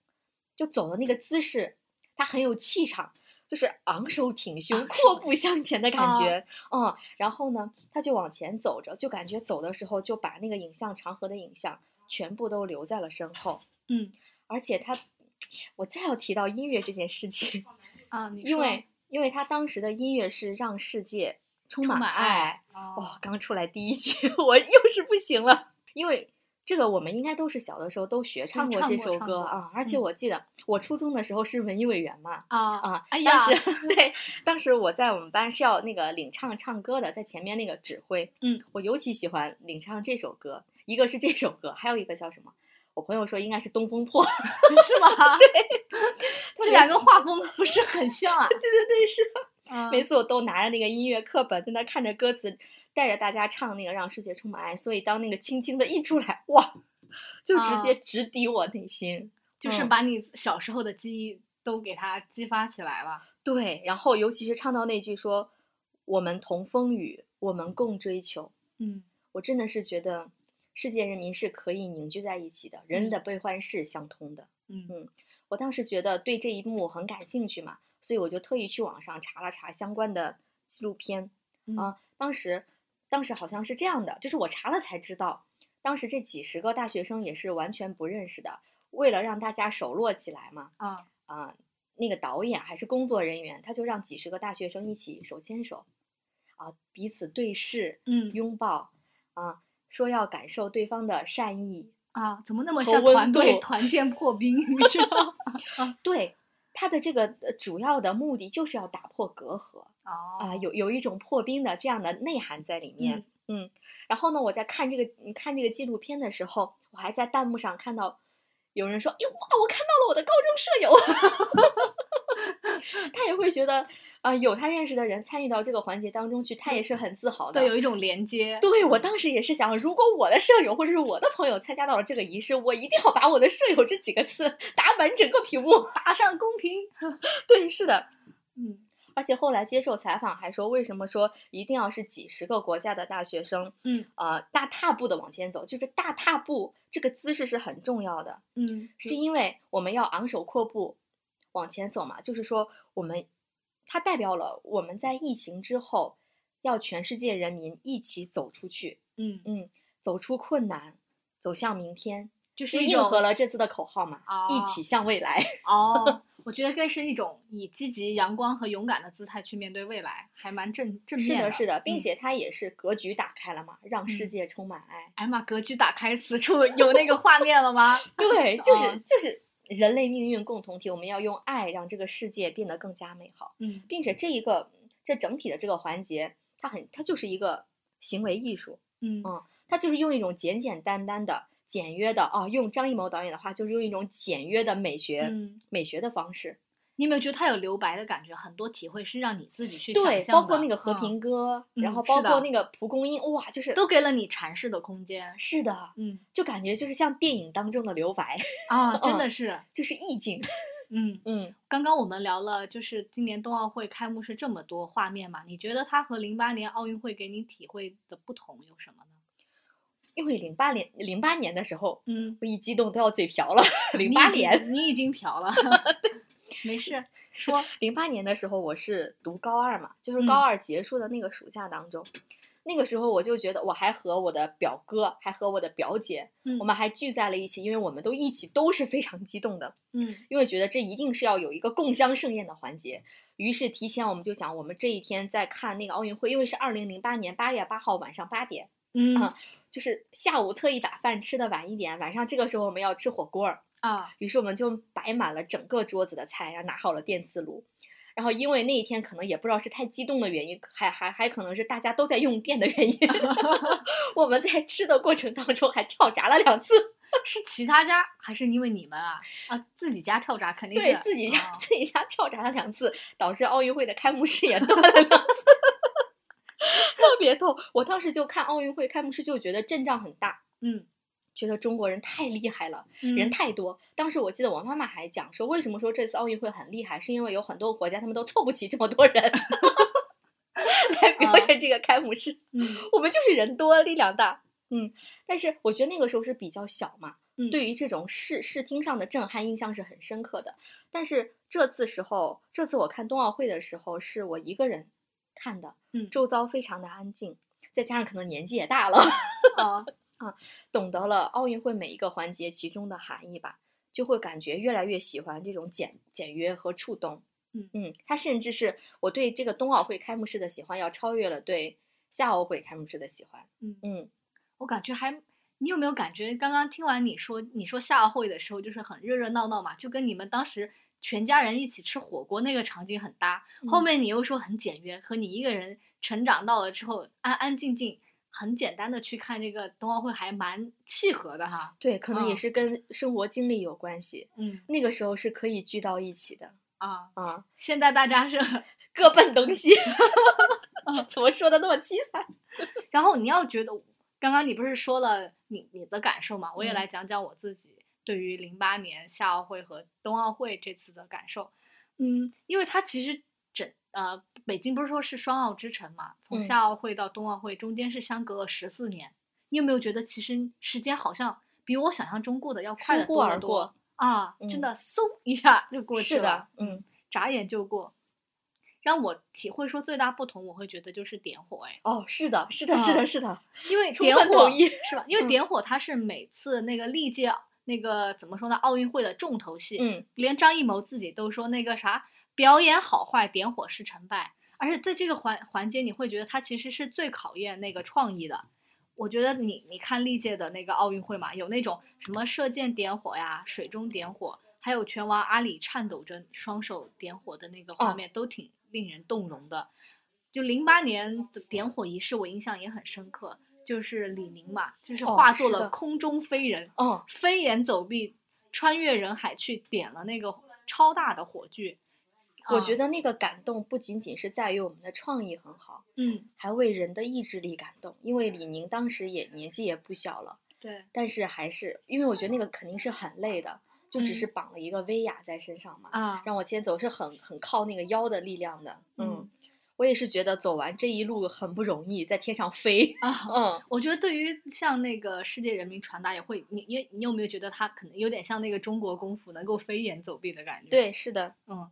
Speaker 1: 就走的那个姿势，他很有气场，就是昂首挺胸、
Speaker 2: 昂
Speaker 1: 阔
Speaker 2: 首
Speaker 1: 步向前的感
Speaker 2: 啊
Speaker 1: 觉。嗯，然后呢，他就往前走着，就感觉走的时候就把那个影像长河的影像全部都留在了身后，
Speaker 2: 嗯
Speaker 1: 而且他，我再要提到音乐这件事情，
Speaker 2: 啊，你
Speaker 1: 因
Speaker 2: 说
Speaker 1: 为因为他当时的音乐是让世界充
Speaker 2: 充
Speaker 1: 满
Speaker 2: 满
Speaker 1: 爱。
Speaker 2: 哦
Speaker 1: 哇、刚出来第一句，我又是不行了。因为这个我们应该都是小的时候都学唱过
Speaker 2: 嗯唱
Speaker 1: 这
Speaker 2: 过
Speaker 1: 首
Speaker 2: 唱
Speaker 1: 歌
Speaker 2: 过
Speaker 1: 啊，而且
Speaker 2: 嗯
Speaker 1: 我记得我初中的时候是文艺委员嘛，
Speaker 2: 啊
Speaker 1: 啊，
Speaker 2: 哎呀
Speaker 1: 当，时 对，当时我在我们班是要那个领唱唱歌的，在前面那个指挥。
Speaker 2: 嗯，
Speaker 1: 我尤其喜欢领唱这首歌，一个是这首歌，还有一个叫什么？我朋友说应该是《东风破》，
Speaker 2: 是吗？对，
Speaker 1: 别
Speaker 2: 这两
Speaker 1: 喜
Speaker 2: 个画风不是很 像啊。
Speaker 1: 对对对，是。
Speaker 2: 啊
Speaker 1: 每次我都拿着那个音乐课本，在那看着歌词，带着大家唱那个《让世界充满爱》，所以当那个轻轻的一出来，哇，就直
Speaker 2: 啊
Speaker 1: 接直抵我内心。
Speaker 2: 就是
Speaker 1: 嗯
Speaker 2: 把你小时候的记忆都给它激发起来了。
Speaker 1: 对，然后尤其是唱到那句说“我们同风雨，我们共追求”，
Speaker 2: 嗯，
Speaker 1: 我真的是觉得世界人民是可以凝聚在一起的，人
Speaker 2: 嗯
Speaker 1: 的悲欢是相通的。
Speaker 2: 嗯
Speaker 1: 我当时觉得对这一幕很感兴趣嘛，所以我就特意去网上查了查相关的纪录片
Speaker 2: 嗯
Speaker 1: 啊。当时，当时好像是这样的，就是我查了才知道，当时这几十个大学生也是完全不认识的。为了让大家手络起来嘛，
Speaker 2: 啊
Speaker 1: 啊、那个导演还是工作人员，他就让几十个大学生一起手牵手，啊，彼此对视，
Speaker 2: 嗯
Speaker 1: 拥抱，啊，说要感受对方的善意。
Speaker 2: 啊，怎么那么
Speaker 1: 和
Speaker 2: 像
Speaker 1: 温
Speaker 2: 团队
Speaker 1: 度
Speaker 2: 团建破冰？你知道？
Speaker 1: 对，他的这个呃主要的目的就是要打破隔阂 啊、
Speaker 2: 哦，
Speaker 1: 有有一种破冰的这样的内涵在里面。嗯然后呢，我在看这个嗯看这个纪录片的时候，我还在弹幕上看到有人说：“哎呦哇，我看到了我的高中舍友。” 他也会觉得啊、有他认识的人参与到这个环节当中去，他也是很自豪的。
Speaker 2: 嗯对，有一种连接。
Speaker 1: 对，我当时也是想，如果我的舍友或者是我的朋友参加到了这个仪式，我一定要把我的舍友这几个字打满整个屏幕。
Speaker 2: 打上公屏。
Speaker 1: 对，是的。
Speaker 2: 嗯
Speaker 1: 而且后来接受采访还说，为什么说一定要是几十个国家的大学生，
Speaker 2: 嗯
Speaker 1: 呃，大踏步的往前走，就是大踏步这个姿势是很重要的，
Speaker 2: 嗯，
Speaker 1: 是因为我们要昂首阔步往前走嘛，就是说我们，它代表了我们在疫情之后，要全世界人民一起走出去，
Speaker 2: 嗯，
Speaker 1: 嗯，走出困难，走向明天，
Speaker 2: 就是
Speaker 1: 就
Speaker 2: 一
Speaker 1: 应
Speaker 2: 种
Speaker 1: 和了这次的口号嘛，一
Speaker 2: 哦
Speaker 1: 起向未来。
Speaker 2: 哦，我觉得更是一种以积极、阳光和勇敢的姿态去面对未来，还蛮正 正
Speaker 1: 是
Speaker 2: 面
Speaker 1: 的，是的，并
Speaker 2: 嗯
Speaker 1: 且它也是格局打开了嘛，让世
Speaker 2: 嗯
Speaker 1: 界充满爱。
Speaker 2: 哎呀妈，格局打开，此处有那个画面了吗？
Speaker 1: 对，就是、
Speaker 2: 嗯
Speaker 1: 就是人类命运共同体，我们要用爱让这个世界变得更加美好，
Speaker 2: 嗯
Speaker 1: 并且这一个这整体的这个环节，它很它就是一个行为艺术，
Speaker 2: 嗯
Speaker 1: 嗯它就是用一种简简单单的、简约的啊，用张艺谋导演的话，就是用一种简约的美学、
Speaker 2: 嗯，
Speaker 1: 美学的方式，
Speaker 2: 你有没有觉得它有留白的感觉？很多体会是让你自己去想
Speaker 1: 对，
Speaker 2: 象
Speaker 1: 包括
Speaker 2: 的
Speaker 1: 那个和
Speaker 2: 嗯
Speaker 1: 平鸽，然
Speaker 2: 嗯
Speaker 1: 后
Speaker 2: 是
Speaker 1: 包括
Speaker 2: 的
Speaker 1: 那个蒲公英，哇，就是
Speaker 2: 都给了你阐释的空间。
Speaker 1: 是的，
Speaker 2: 嗯
Speaker 1: 就感觉就是像电影当中的留白，
Speaker 2: 啊，真
Speaker 1: 嗯
Speaker 2: 的是，
Speaker 1: 就是意境，
Speaker 2: 嗯，
Speaker 1: 嗯。
Speaker 2: 刚刚我们聊了，就是今年冬奥会开幕式这么多画面嘛，你觉得它和零八年奥运会给你体会的不同有什么呢？
Speaker 1: 因为零八年零八年的时候，
Speaker 2: 嗯，
Speaker 1: 我一激动都要嘴瓢了。零
Speaker 2: 你
Speaker 1: 八
Speaker 2: 已经
Speaker 1: 年，
Speaker 2: 你 已经嫖了， 没事，
Speaker 1: 说零八年的时候我是读高二嘛，就是
Speaker 2: 嗯
Speaker 1: 高二结束的那个暑假当中，那个时候我就觉得我还和我的表哥，还和我的表姐，
Speaker 2: 嗯
Speaker 1: 我们还聚在了一起，因为我们都一起都是非常激动的，
Speaker 2: 嗯
Speaker 1: 因为觉得这一定是要有一个共襄盛宴的环节。于是提前我们就想，我们这一天在看那个奥运会，因为是二零零八年八月八号晚上八点，
Speaker 2: 嗯
Speaker 1: 啊就是下午特意把饭吃的晚一点，晚上这个时候我们要吃火锅儿。
Speaker 2: 啊，
Speaker 1: 于是我们就摆满了整个桌子的菜，然后拿好了电磁炉。然后因为那一天可能也不知道是太激动的原因，还还还可能是大家都在用电的原因，我们在吃的过程当中还跳闸了两次，
Speaker 2: 是其他家还是因为你们啊？啊，自己家跳闸肯定
Speaker 1: 对
Speaker 2: 是
Speaker 1: 自己家、
Speaker 2: 啊
Speaker 1: 自己家跳闸了两次，导致奥运会的开幕式也断了两次， 特别逗。我当时就看奥运会开幕式就觉得阵仗很大，
Speaker 2: 嗯
Speaker 1: 觉得中国人太厉害了。 人
Speaker 2: 嗯
Speaker 1: 太多。当时我记得我妈妈还讲说，为什么说这次奥运会很厉害，是因为有很多国家他们都凑不齐这么多人 来表
Speaker 2: 啊
Speaker 1: 演这个开幕式，
Speaker 2: 嗯
Speaker 1: 我们就是人多力量大。嗯，但是我觉得那个时候是比较小嘛，
Speaker 2: 嗯
Speaker 1: 对于这种视视听上的震撼印象是很深刻的。但是这次时候，这次我看冬奥会的时候，是我一个人看的，
Speaker 2: 嗯
Speaker 1: 周遭非常的安静，再加上可能年纪也大了，
Speaker 2: 啊
Speaker 1: 懂得了奥运会每一个环节其中的含义吧，就会感觉越来越喜欢这种简简约和触动。
Speaker 2: 嗯
Speaker 1: 嗯，它甚至是我对这个冬奥会开幕 式的喜欢，要超越了对夏奥会开幕式的喜欢。
Speaker 2: 嗯，
Speaker 1: 嗯，
Speaker 2: 我感觉还你有没有感觉，刚刚听完你说你说夏奥会的时候，就是很热热闹闹嘛，就跟你们当时全家人一起吃火锅那个场景很搭。后
Speaker 1: 嗯
Speaker 2: 面你又说很简约，和你一个人成长到了之后，安安静静、很简单的去看这个冬奥会，还蛮契合的哈。
Speaker 1: 对，可能也
Speaker 2: 嗯
Speaker 1: 是跟生活经历有关系。
Speaker 2: 嗯
Speaker 1: 那个时候是可以聚到一起的
Speaker 2: 啊，
Speaker 1: 啊，
Speaker 2: 现在大家是，
Speaker 1: 各奔东西。 啊怎么说的那么凄 惨？
Speaker 2: 然后你要觉得，刚刚你不是说了你你的感受嘛？我也
Speaker 1: 嗯
Speaker 2: 来讲讲我自己对于零八年夏奥会和冬奥会这次的感受。嗯，因为它其实整呃，北京不是说是双奥之城嘛，从
Speaker 1: 嗯
Speaker 2: 夏奥会到冬奥会中间是相隔了十四年。你有没有觉得其实时间好像比我想象中过得要快
Speaker 1: 疏
Speaker 2: 得
Speaker 1: 忽
Speaker 2: 多得
Speaker 1: 而
Speaker 2: 多
Speaker 1: 过
Speaker 2: 啊？真
Speaker 1: 嗯
Speaker 2: 的，嗖一下就过
Speaker 1: 是
Speaker 2: 去了
Speaker 1: 的，。嗯，
Speaker 2: 眨眼就过。让我体会说最大不同，我会觉得就是点火，哎，
Speaker 1: 哦，是的，是的，是
Speaker 2: 啊
Speaker 1: 的，是的，
Speaker 2: 因为
Speaker 1: 充
Speaker 2: 点
Speaker 1: 分
Speaker 2: 火
Speaker 1: 同意
Speaker 2: 是吧？因为
Speaker 1: 嗯
Speaker 2: 点火它是每次那个历届那个怎么说呢，奥运会的重头戏，
Speaker 1: 嗯，
Speaker 2: 连张艺谋自己都说那个啥表演好坏，点火是成败。而且在这个环环节，你会觉得它其实是最考验那个创意的。我觉得你你看历届的那个奥运会嘛，有那种什么射箭点火呀、水中点火，还有拳王阿里颤抖着双手点火的那个画
Speaker 1: 哦
Speaker 2: 面，都挺令人动容的。就零八年的点火仪式，我印象也很深刻，就是李宁嘛，就是
Speaker 1: 哦
Speaker 2: 化作
Speaker 1: 是
Speaker 2: 了
Speaker 1: 的
Speaker 2: 空中飞人，
Speaker 1: 哦，
Speaker 2: 飞檐走壁，穿越人海去点了那个超大的火炬。
Speaker 1: 我觉
Speaker 2: 得，
Speaker 1: 得那个感动不仅仅是在于我们的创意很好，
Speaker 2: 嗯，
Speaker 1: 还为人的意志力感动。因为李宁当时也年纪也不小了，
Speaker 2: 对，
Speaker 1: 但是还是因为我觉得那个肯定是很累的，就只是
Speaker 2: 嗯
Speaker 1: 绑了一个威亚在身上嘛，
Speaker 2: 啊，
Speaker 1: 让我先走是很很靠那个腰的力量的。
Speaker 2: 嗯
Speaker 1: 嗯，我也是觉得走完这一路很不容易，在天上飞。
Speaker 2: 啊
Speaker 1: 嗯，
Speaker 2: 我觉得对于像那个世界人民传达也会，你你你有没有觉得他可能有点像那个中国功夫能够飞檐走壁的感觉？，
Speaker 1: 对，是的，
Speaker 2: 嗯。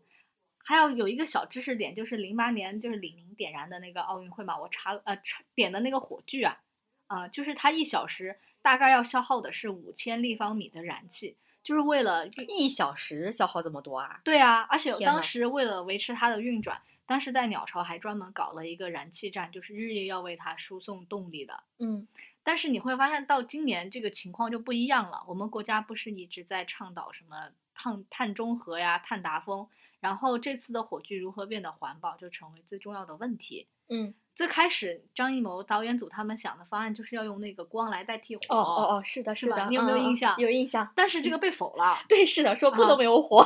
Speaker 2: 还有有一个小知识点，就是零八年就是李宁点燃的那个奥运会嘛，我查了呃查点的那个火炬啊，啊、就是它一小时大概要消耗的是五千立方米的燃气，就是为了
Speaker 1: 一小时消耗这么多啊？
Speaker 2: 对啊，而且
Speaker 1: 天
Speaker 2: 当
Speaker 1: 呐
Speaker 2: 时为了维持它的运转，当时在鸟巢还专门搞了一个燃气站，就是日夜要为它输送动力的。
Speaker 1: 嗯，
Speaker 2: 但是你会发现，到今年这个情况就不一样了。我们国家不是一直在倡导什么碳碳中和呀、碳达峰，然后这次的火炬如何变得环保，就成为最重要的问题。
Speaker 1: 嗯，
Speaker 2: 最开始，张艺谋导演组他们想的方案就是要用那个光来代替火，
Speaker 1: 哦哦哦，哦是的，
Speaker 2: 是
Speaker 1: 是
Speaker 2: 吧
Speaker 1: 的，
Speaker 2: 你有没有
Speaker 1: 嗯嗯
Speaker 2: 印
Speaker 1: 嗯
Speaker 2: 象
Speaker 1: 有印象。
Speaker 2: 但是这个被否了。
Speaker 1: 对，是的，说不
Speaker 2: 啊
Speaker 1: 能没有火。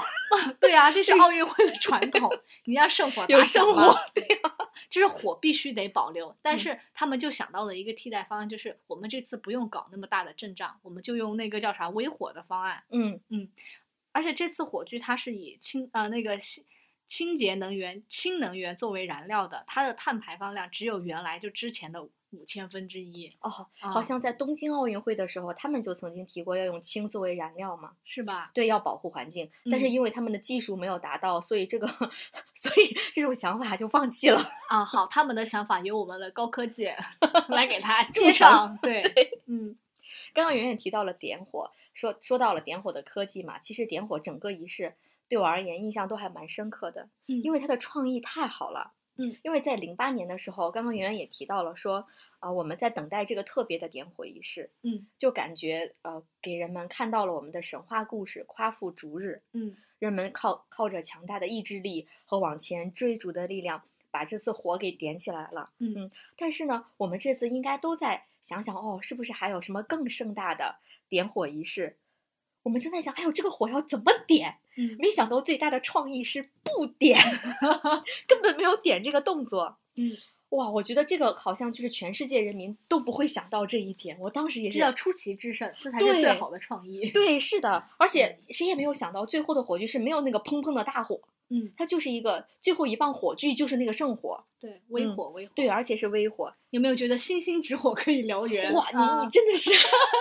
Speaker 2: 对啊，这是奥运会的传统，你要圣火
Speaker 1: 有
Speaker 2: 打响
Speaker 1: 圣
Speaker 2: 嘛
Speaker 1: 火，
Speaker 2: 对啊，就是火必须得保留。但
Speaker 1: 嗯
Speaker 2: 是他们就想到了一个替代方案，就是我们这次不用搞那么大的阵仗，我们就用那个叫啥微火的方案。
Speaker 1: 嗯
Speaker 2: 而且这次火炬它是以清呃那个清清洁能源、氢能源作为燃料的，它的碳排放量只有原来就之前的五千分之一，
Speaker 1: 哦，
Speaker 2: 啊
Speaker 1: 好像在东京奥运会的时候，他们就曾经提过要用氢作为燃料嘛，
Speaker 2: 是吧？
Speaker 1: 对，要保护环境。但是
Speaker 2: 嗯
Speaker 1: 因为他们的技术没有达到，所以这个， 所以这种想法就放弃了。
Speaker 2: 啊，好，他们的想法由我们的高 科技来给它
Speaker 1: 助
Speaker 2: 接
Speaker 1: 长
Speaker 2: 上，对，嗯。
Speaker 1: 刚刚圆圆提到了点火，说说到了点火的科技嘛，其实点火整个仪式对我而言印象都还蛮深刻的，
Speaker 2: 嗯
Speaker 1: 因为它的创意太好了。
Speaker 2: 嗯，
Speaker 1: 因为在零八年的时候，刚刚圆圆也提到了说，啊、我们在等待这个特别的点火仪式，
Speaker 2: 嗯
Speaker 1: 就感觉呃，给人们看到了我们的神话故事夸父逐日，
Speaker 2: 嗯
Speaker 1: 人们靠靠着强大的意志力和往前追逐的力量，把这次火给点起来了。
Speaker 2: 嗯
Speaker 1: 但是呢，我们这次应该都在想想哦，是不是还有什么更盛大的点火仪式？我们正在想，哎呦，这个火要怎么点？
Speaker 2: 嗯
Speaker 1: 没想到最大的创意是不点， 根本没有点这个动作。
Speaker 2: 嗯，
Speaker 1: 哇，我觉得这个好像就是全世界人民都不会想到这一点。我当时也
Speaker 2: 这
Speaker 1: 是
Speaker 2: 叫出奇制胜，这才是最
Speaker 1: 对
Speaker 2: 好的创意。
Speaker 1: 对，是的，而且谁也没有想到，最后的火炬是没有那个砰砰的大火，
Speaker 2: 嗯，
Speaker 1: 它就是一个最后一棒火炬就是那个圣火，
Speaker 2: 对，微
Speaker 1: 嗯
Speaker 2: 火微火。
Speaker 1: 对，而且是微火。
Speaker 2: 有没有觉得星星之火可以燎原？
Speaker 1: 哇，你
Speaker 2: 啊
Speaker 1: 你真的是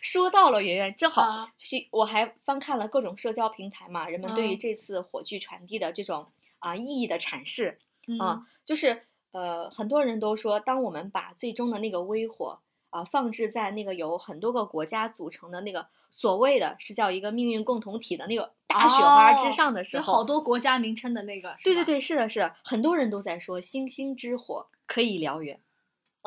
Speaker 1: 说到了圆圆，正好、
Speaker 2: 啊
Speaker 1: 就是我还翻看了各种社交平台嘛，人们对于
Speaker 2: 嗯
Speaker 1: 这次火炬传递的这种啊、意义的阐释啊、
Speaker 2: 嗯
Speaker 1: 就是呃很多人都说，当我们把最终的那个微火啊、放置在那个由很多个国家组成的那个所谓的是叫一个命运共同体的那个大雪花
Speaker 2: 哦
Speaker 1: 之上的时
Speaker 2: 有
Speaker 1: 候，
Speaker 2: 好多国家名称的那个，是
Speaker 1: 对对
Speaker 2: 吧，
Speaker 1: 对，是的，是的，很多人都在说星星之火可以燎原。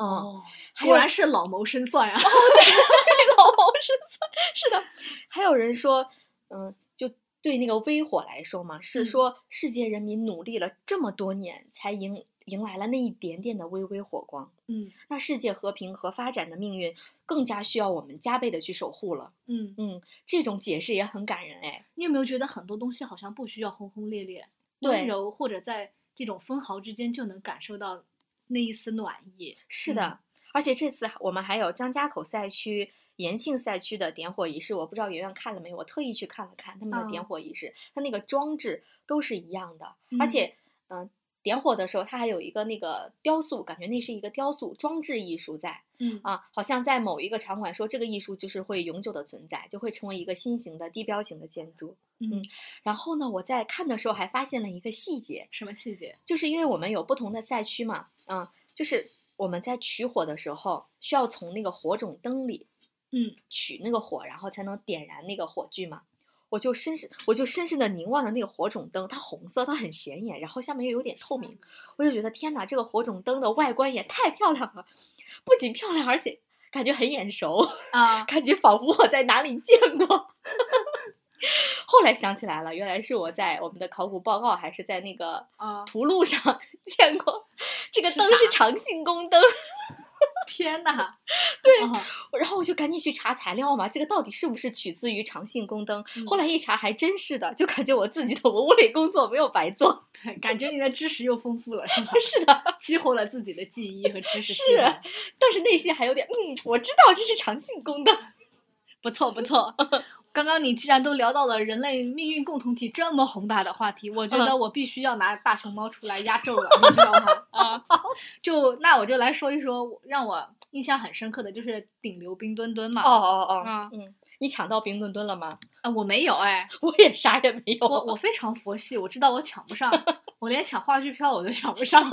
Speaker 1: 嗯，
Speaker 2: 哦，
Speaker 1: 还
Speaker 2: 果
Speaker 1: 有
Speaker 2: 然是老谋深 算啊！
Speaker 1: 老谋深算，是的。还有人说，嗯，就对那个微火来说嘛，是
Speaker 2: 嗯
Speaker 1: 说世界人民努力了这么多年，才迎迎来了那一点点的微微火光。
Speaker 2: 嗯
Speaker 1: 那世界和平和发展的命运，更加需要我们加倍的去守护了。
Speaker 2: 嗯，
Speaker 1: 嗯，这种解释也很感人哎。
Speaker 2: 你有没有觉得很多东西好像不需要轰轰烈烈，
Speaker 1: 对
Speaker 2: 温柔或者在这种分毫之间就能感受到那一丝暖意？
Speaker 1: 是
Speaker 2: 嗯
Speaker 1: 的，而且这次还我们还有张家口赛区、延庆赛区的点火仪式，我不知道圆圆看了没有，我特意去看了看他们的点
Speaker 2: 嗯
Speaker 1: 火仪式，它那个装置都是一样的，而
Speaker 2: 嗯
Speaker 1: 且嗯、呃点火的时候它还有一个那个雕塑，感觉那是一个雕塑装置艺术在
Speaker 2: 嗯
Speaker 1: 啊，好像在某一个场馆说这个艺术就是会永久的存在，就会成为一个新型的地标型的建筑。
Speaker 2: 嗯，
Speaker 1: 然后呢，我在看的时候还发现了一个细节，
Speaker 2: 什么细节？
Speaker 1: 就是因为我们有不同的赛区嘛，嗯，就是我们在取火的时候，需要从那个火种灯里
Speaker 2: 嗯
Speaker 1: 取那个火，然后才能点燃那个火炬嘛。我就深深，我就深深的凝望着那个火种灯，它红色，它很显眼，然后下面又有点透明，我就觉得天哪，这个火种灯的外观也太漂亮了，不仅漂亮，而且感觉很眼熟。
Speaker 2: 啊，
Speaker 1: 感觉仿佛我在哪里见过。 后来想起来了，原来是我在我们的考古报告还是在那个
Speaker 2: 啊
Speaker 1: 图录上 见过。这个
Speaker 2: 是
Speaker 1: 灯是
Speaker 2: 啥
Speaker 1: 长信宫灯，
Speaker 2: 天哪！
Speaker 1: 对
Speaker 2: 哦
Speaker 1: 然后我就赶紧去查材料嘛，这个到底是不是取自于长信宫灯？后
Speaker 2: 嗯
Speaker 1: 来一查，还真是的，就感觉我自己的文物类工作没有白做。
Speaker 2: 对，感觉你的知识又丰富了，是吧？
Speaker 1: 是的，
Speaker 2: 激活了自己的记忆和知识系
Speaker 1: 是
Speaker 2: 统。
Speaker 1: 但是内心还有点，嗯，我知道这是长信宫灯。
Speaker 2: 不错不错。 刚刚你既然都聊到了人类命运共同体这么宏大的话题，我觉得我必须要拿大熊猫出来压轴了，你知道吗？ 啊，就那我就来说一说我让我印象很深刻的就是顶流冰墩墩嘛。，
Speaker 1: 哦哦
Speaker 2: 嗯
Speaker 1: 嗯，你抢到冰墩墩了吗？
Speaker 2: 啊，我没有哎，
Speaker 1: 我也啥也没有。
Speaker 2: 我我非常佛系，我知道我抢不上，我连抢话剧票我都抢不 上。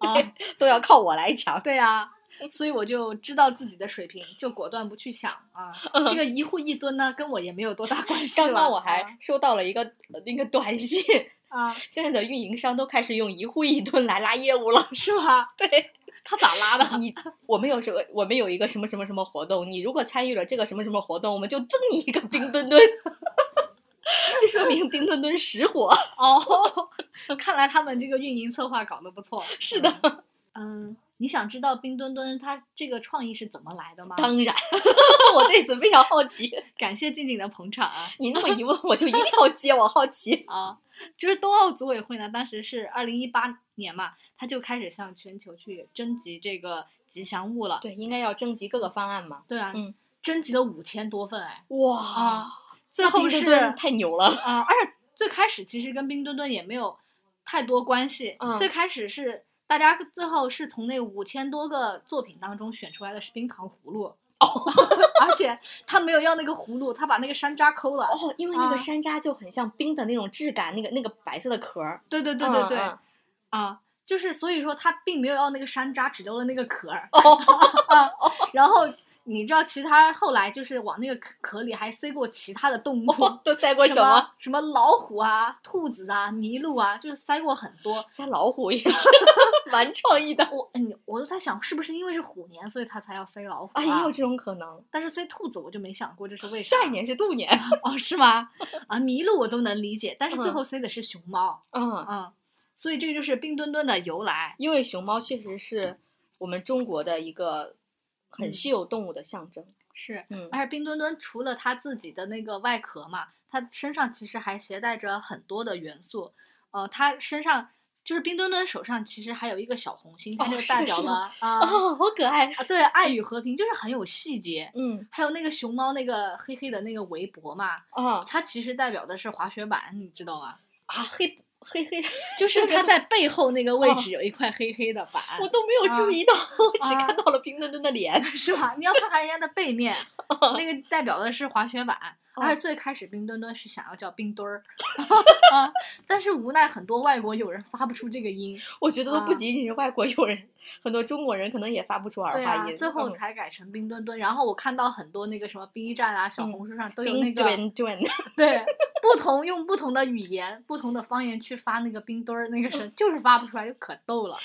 Speaker 2: 啊，
Speaker 1: 都要靠我来抢。
Speaker 2: 对啊，所以我就知道自己的水平，就果断不去抢啊。这个一户一吨呢，跟我也没有多大关系了。
Speaker 1: 刚刚我
Speaker 2: 啊
Speaker 1: 还收到了一个呃那个短信，
Speaker 2: 啊，
Speaker 1: 现在的运营商都开始用一户一吨来拉业务了。
Speaker 2: 是吗？
Speaker 1: 对
Speaker 2: 他咋拉的？
Speaker 1: 你，我们有什么？我们有一个什么什么什么活动，你如果参与了这个什么什么活动，我们就赠你一个冰墩 墩。这说明冰墩墩实火。
Speaker 2: 哦，看来他们这个运营策划搞得不错。
Speaker 1: 是的
Speaker 2: 嗯，嗯，你想知道冰墩墩它这个创意是怎么来的吗？
Speaker 1: 当然，我对此非常好奇。
Speaker 2: 感谢静静的捧场啊！
Speaker 1: 你那么一问，我就一定要接。我好奇。
Speaker 2: 啊，就是冬奥组委会呢，当时是二零一八年嘛，他就开始向全球去征集这个吉祥物了。
Speaker 1: 对，应该要征集各个方案嘛。
Speaker 2: 对啊，
Speaker 1: 嗯
Speaker 2: 征集了五千多份哎
Speaker 1: 哇，
Speaker 2: 啊，最
Speaker 1: 那
Speaker 2: 后
Speaker 1: 冰墩
Speaker 2: 是
Speaker 1: 墩太牛了。
Speaker 2: 啊、而且最开始其实跟冰墩墩也没有太多关系。
Speaker 1: 嗯
Speaker 2: 最开始是大家最后是从那五千多个作品当中选出来的是冰糖葫芦。哦， 而且他没有要那个葫芦，他把那个山楂抠了。
Speaker 1: 哦，因为那
Speaker 2: 啊
Speaker 1: 个山楂就很像冰的那种质感，那个那个白色的壳儿。
Speaker 2: 对对对
Speaker 1: 嗯
Speaker 2: 对对，
Speaker 1: 嗯
Speaker 2: 啊，就是所以说他并没有要那个山楂，只留了那个壳儿。
Speaker 1: 哦，
Speaker 2: 啊，然后你知道，其他后来就是往那个壳壳里还塞过其他的动物。
Speaker 1: 都塞过哦
Speaker 2: 什
Speaker 1: 嗯什么？
Speaker 2: 什么老虎啊、兔子啊、麋鹿啊，就是塞过很多。
Speaker 1: 塞老虎也是 蛮创意的
Speaker 2: 我嗯，我都在想，是不是因为是虎年，所以他才要塞老虎
Speaker 1: 啊，也有这种可能。
Speaker 2: 但是塞兔子我就没想过这是为啥。
Speaker 1: 下一年是兔年，
Speaker 2: 哦，是吗？ 啊，麋鹿我都能理解，但是最
Speaker 1: 嗯
Speaker 2: 后塞的是熊猫，
Speaker 1: 嗯，
Speaker 2: 嗯，所以这个就是冰墩墩的由来。
Speaker 1: 因为熊猫确实是我们中国的一个很
Speaker 2: 嗯哎
Speaker 1: 稀有动物的象征。
Speaker 2: 是，
Speaker 1: 嗯，
Speaker 2: 而且冰墩墩除了它自己的那个外壳嘛，它身上其实还携带着很多的元素。呃，它身上就是冰墩墩手上其实还有一个小红心，它
Speaker 1: 哦
Speaker 2: 就是代
Speaker 1: 的
Speaker 2: 表
Speaker 1: 是的
Speaker 2: 了啊、
Speaker 1: 哦，好可爱。
Speaker 2: 啊，对，爱与和平就是很有细节。
Speaker 1: 嗯
Speaker 2: 还有那个熊猫那个黑黑的那个围脖嘛，
Speaker 1: 啊
Speaker 2: 它其实代表的是滑雪板，你知道吗？
Speaker 1: 啊，黑黑黑的，
Speaker 2: 啊就是它在背后那个位
Speaker 1: 哦
Speaker 2: 置有一块黑黑的板，
Speaker 1: 我都没有注
Speaker 2: 啊
Speaker 1: 意到，我只
Speaker 2: 啊
Speaker 1: 看到了冰墩墩的脸。
Speaker 2: 是吧？你要看看人家的背面，
Speaker 1: 哦
Speaker 2: 那个代表的是滑雪板。而且最开始冰墩墩是想要叫冰墩儿，啊，但是无奈很多外国友人发不出这个音，
Speaker 1: 我觉得都不
Speaker 2: 啊
Speaker 1: 仅仅是外国友人，很多中国人可能也发不出儿
Speaker 2: 对
Speaker 1: 化
Speaker 2: 啊，
Speaker 1: 音。
Speaker 2: 最后
Speaker 1: 嗯
Speaker 2: 才改成冰墩墩。然后我看到很多那个什么 B 站啊、小
Speaker 1: 嗯
Speaker 2: 红书上都有那
Speaker 1: 冰
Speaker 2: 个
Speaker 1: 墩墩。
Speaker 2: 对，不不同用不同的语言、不同的方言去发那个冰墩儿，那个是就是发不出来，就可 逗了。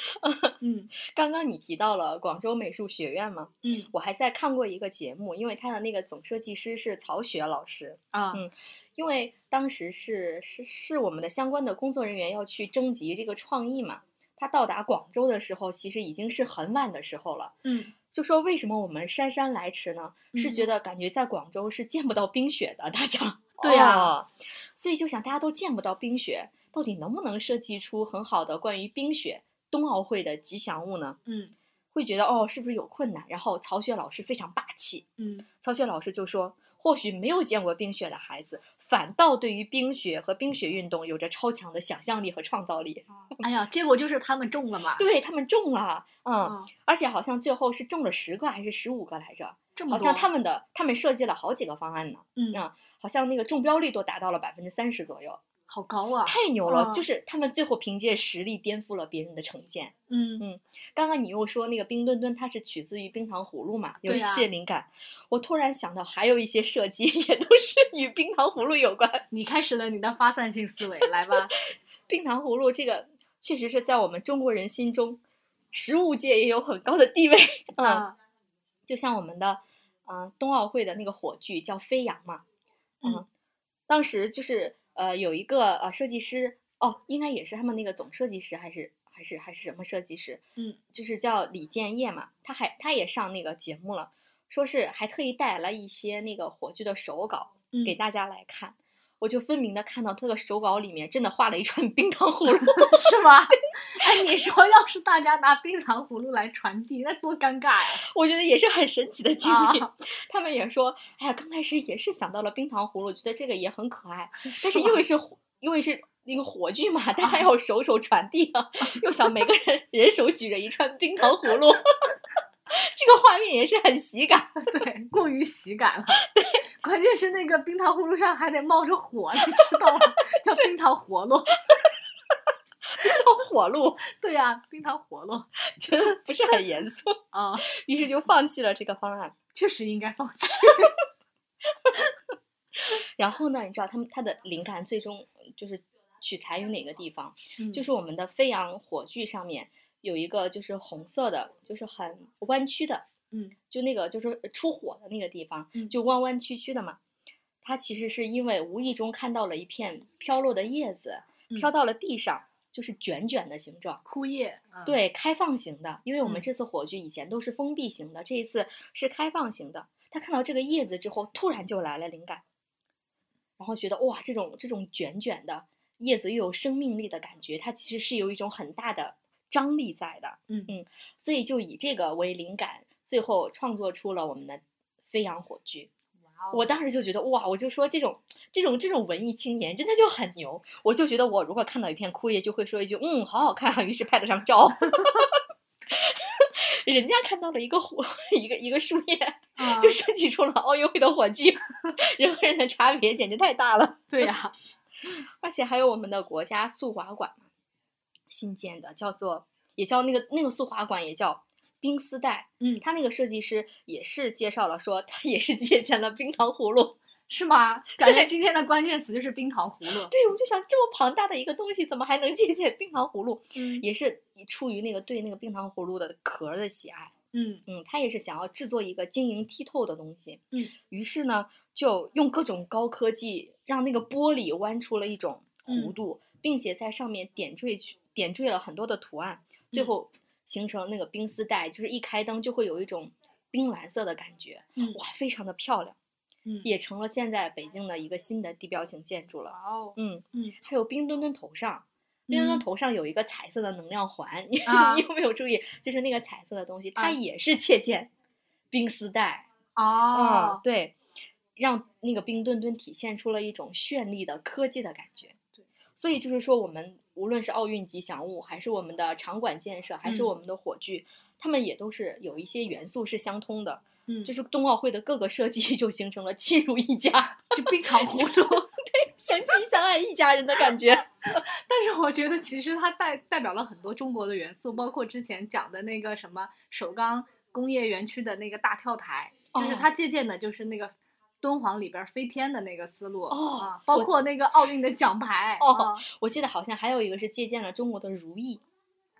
Speaker 2: 嗯
Speaker 1: 刚刚你提到了广州美术学院嘛，
Speaker 2: 嗯
Speaker 1: 我还在看过一个节目，因为他的那个总设计师是曹雪老师，
Speaker 2: 啊
Speaker 1: 嗯因为当时是是是我们的相关的工作人员要去征集这个创意嘛。他到达广州的时候，其实已经是很晚的时候了。
Speaker 2: 嗯，
Speaker 1: 就说为什么我们姗姗来迟呢？是觉
Speaker 2: 嗯
Speaker 1: 得感觉在广州是见不到冰雪的，大家。
Speaker 2: 对呀
Speaker 1: 哦所以就想大家都见不到冰雪，到底能不能设计出很好的关于冰雪冬奥会的吉祥物呢？
Speaker 2: 嗯
Speaker 1: 会觉得哦，是不是有困难？然后曹雪老师非常霸气，
Speaker 2: 嗯
Speaker 1: 曹雪老师就说，或许没有见过冰雪的孩子，反倒对于冰雪和冰雪运动有着超强的想象力和创造力。
Speaker 2: 哎呀，结果就是他们中了嘛。
Speaker 1: 对他们中了，嗯，
Speaker 2: 啊，
Speaker 1: 而且好像最后是中了十个还是十五个来着？
Speaker 2: 这么
Speaker 1: 好像
Speaker 2: 多
Speaker 1: 他们的他们设计了好几个方案呢，
Speaker 2: 嗯
Speaker 1: 啊好像那个中标率都达到了百分之三十左右，
Speaker 2: 好高啊。
Speaker 1: 太牛了！就
Speaker 2: 嗯
Speaker 1: 是他们最后凭借实力颠覆了别人的成见。
Speaker 2: 嗯
Speaker 1: 刚刚你又说那个冰墩墩，它是取自于冰糖葫芦嘛，有
Speaker 2: 对啊
Speaker 1: 一
Speaker 2: 呀
Speaker 1: 些灵感。我突然想到，还有一些设计 也都是与冰糖葫芦有关。
Speaker 2: 你开始了你的发散性思维，来吧。
Speaker 1: 冰糖葫芦这个确实是在我们中国人心中，食物界也有很高的地位。 嗯，
Speaker 2: 啊，
Speaker 1: 就像我们的，嗯、冬奥会的那个火炬叫飞扬嘛，啊
Speaker 2: 嗯
Speaker 1: 当时就是呃有一个呃设计师，哦，应该也是他们那个总设计师还是还是还是什么设计师，
Speaker 2: 嗯，
Speaker 1: 就是叫李建业嘛，他还他也上那个节目了，说是还特意带来了一些那个火炬的手稿
Speaker 2: 嗯
Speaker 1: 给大家来看。我就分明的看到他的手稿里面真的画了一串 冰糖葫芦，
Speaker 2: 是吗？哎，你说要是大家拿冰糖葫芦来传递，那多尴尬呀！
Speaker 1: 我觉得也是很神奇的经历。
Speaker 2: 啊
Speaker 1: 他们也说，哎呀，刚开始也是想到了冰糖葫芦，觉得这个也很可爱，
Speaker 2: 但
Speaker 1: 但是因为是火因为是那个火炬嘛，大家要手手传递啊，又想每个人人手举着一串冰糖葫芦， 这个画面也是很喜感。
Speaker 2: 对，过于 喜感了。对，关键是那个冰糖葫芦上还得冒着火，你知道吗？叫冰糖活络。
Speaker 1: 火炉
Speaker 2: 对呀、冰糖活络
Speaker 1: 觉得不是很严肃，
Speaker 2: 啊，
Speaker 1: 于是就放弃了这个方案。
Speaker 2: 确实应该放弃。
Speaker 1: 然后呢，你知道他们他的灵感最终就是取材于哪个地方？
Speaker 2: 嗯
Speaker 1: 就是是我们的飞扬火炬上面有一个就是红色的，就是很弯曲的，
Speaker 2: 嗯
Speaker 1: 就那个就是出火的那个地方，
Speaker 2: 嗯
Speaker 1: 就弯弯曲曲的嘛。它其实是因为无意中看到了一片飘落的叶子，飘
Speaker 2: 嗯
Speaker 1: 到了地上，就是卷卷的形状。
Speaker 2: 枯叶。啊，
Speaker 1: 对，开放型的，因为我们
Speaker 2: 嗯
Speaker 1: 这次火炬以前都是封闭型的，这一次是开放型的。他看到这个叶子之后，突然就来了灵感，然后觉得哇，这种这种卷卷的叶子又有生命力的感觉，它其实是有一种很大的张力在的。
Speaker 2: 嗯
Speaker 1: 嗯，所以就以这个为灵感，最后创作出了我们的飞扬火炬。
Speaker 2: 哇哦
Speaker 1: 我当时就觉得哇，我就说这种这种这种文艺青年真的就很牛，我就觉得我如果看到一片枯叶，就会说一句嗯，好好看啊，于是拍了张照。 人家看到了一个火，一个一个树叶，
Speaker 2: 啊
Speaker 1: 就设计出了奥运会的火炬，人和人的差别简直太大了。
Speaker 2: 对呀、
Speaker 1: 而且还有我们的国家速滑馆嘛，新建的，叫做也叫那个那个速滑馆也叫冰丝带，
Speaker 2: 嗯，
Speaker 1: 他那个设计师也是介绍了说，他也是借鉴了冰糖葫芦。
Speaker 2: 是吗？感觉今天的关键词就是冰糖葫芦。
Speaker 1: 对，我就想这么庞大的一个东西，怎么还能借鉴冰糖葫芦？
Speaker 2: 嗯
Speaker 1: 也是出于那个对那个冰糖葫芦的壳儿的喜爱，
Speaker 2: 嗯
Speaker 1: 嗯，他也是想要制作一个晶莹剔透的东西，
Speaker 2: 嗯，
Speaker 1: 于是呢，就用各种高科技让那个玻璃弯出了一种弧
Speaker 2: 嗯
Speaker 1: 度，并且在上面点缀去点缀了很多的图案，最
Speaker 2: 嗯
Speaker 1: 后形成那个冰丝带，就是一开灯就会有一种冰蓝色的感觉，
Speaker 2: 嗯
Speaker 1: 哇，非常的漂亮，
Speaker 2: 嗯，
Speaker 1: 也成了现在北京的一个新的地标性建筑了。
Speaker 2: 哇哦，
Speaker 1: 嗯
Speaker 2: 嗯，
Speaker 1: 还有冰墩墩头上，冰墩墩
Speaker 2: 嗯
Speaker 1: 头上有一个彩色的能量环，你
Speaker 2: 啊
Speaker 1: 你有没有注意？就是那个彩色的东西，它
Speaker 2: 啊
Speaker 1: 也是借鉴冰丝带啊、
Speaker 2: 哦，
Speaker 1: 对，让那个冰墩墩体现出了一种绚丽的科技的感觉
Speaker 2: 对。
Speaker 1: 所以就是说，我们无论是奥运吉祥物，还是我们的场馆建设，还是
Speaker 2: 嗯
Speaker 1: 我们的火炬，它们也都是有一些元素是相通的。
Speaker 2: 嗯，
Speaker 1: 就是是冬奥会的各个设计 就形成了亲如一 家，
Speaker 2: 就冰糖葫 芦。
Speaker 1: 相亲相爱一家人的感觉。
Speaker 2: 但是我觉得其实它代代表了很多中国的元素，包括之前讲的那个什么首钢工业园区的那个大跳台，就是
Speaker 1: 哦
Speaker 2: 它借鉴的就是那个敦煌里边飞天的那个思路
Speaker 1: 哦
Speaker 2: 啊，包
Speaker 1: 我
Speaker 2: 括那个奥运的奖牌
Speaker 1: 哦
Speaker 2: 啊
Speaker 1: 我记得好像还有一个是借鉴了中国的如意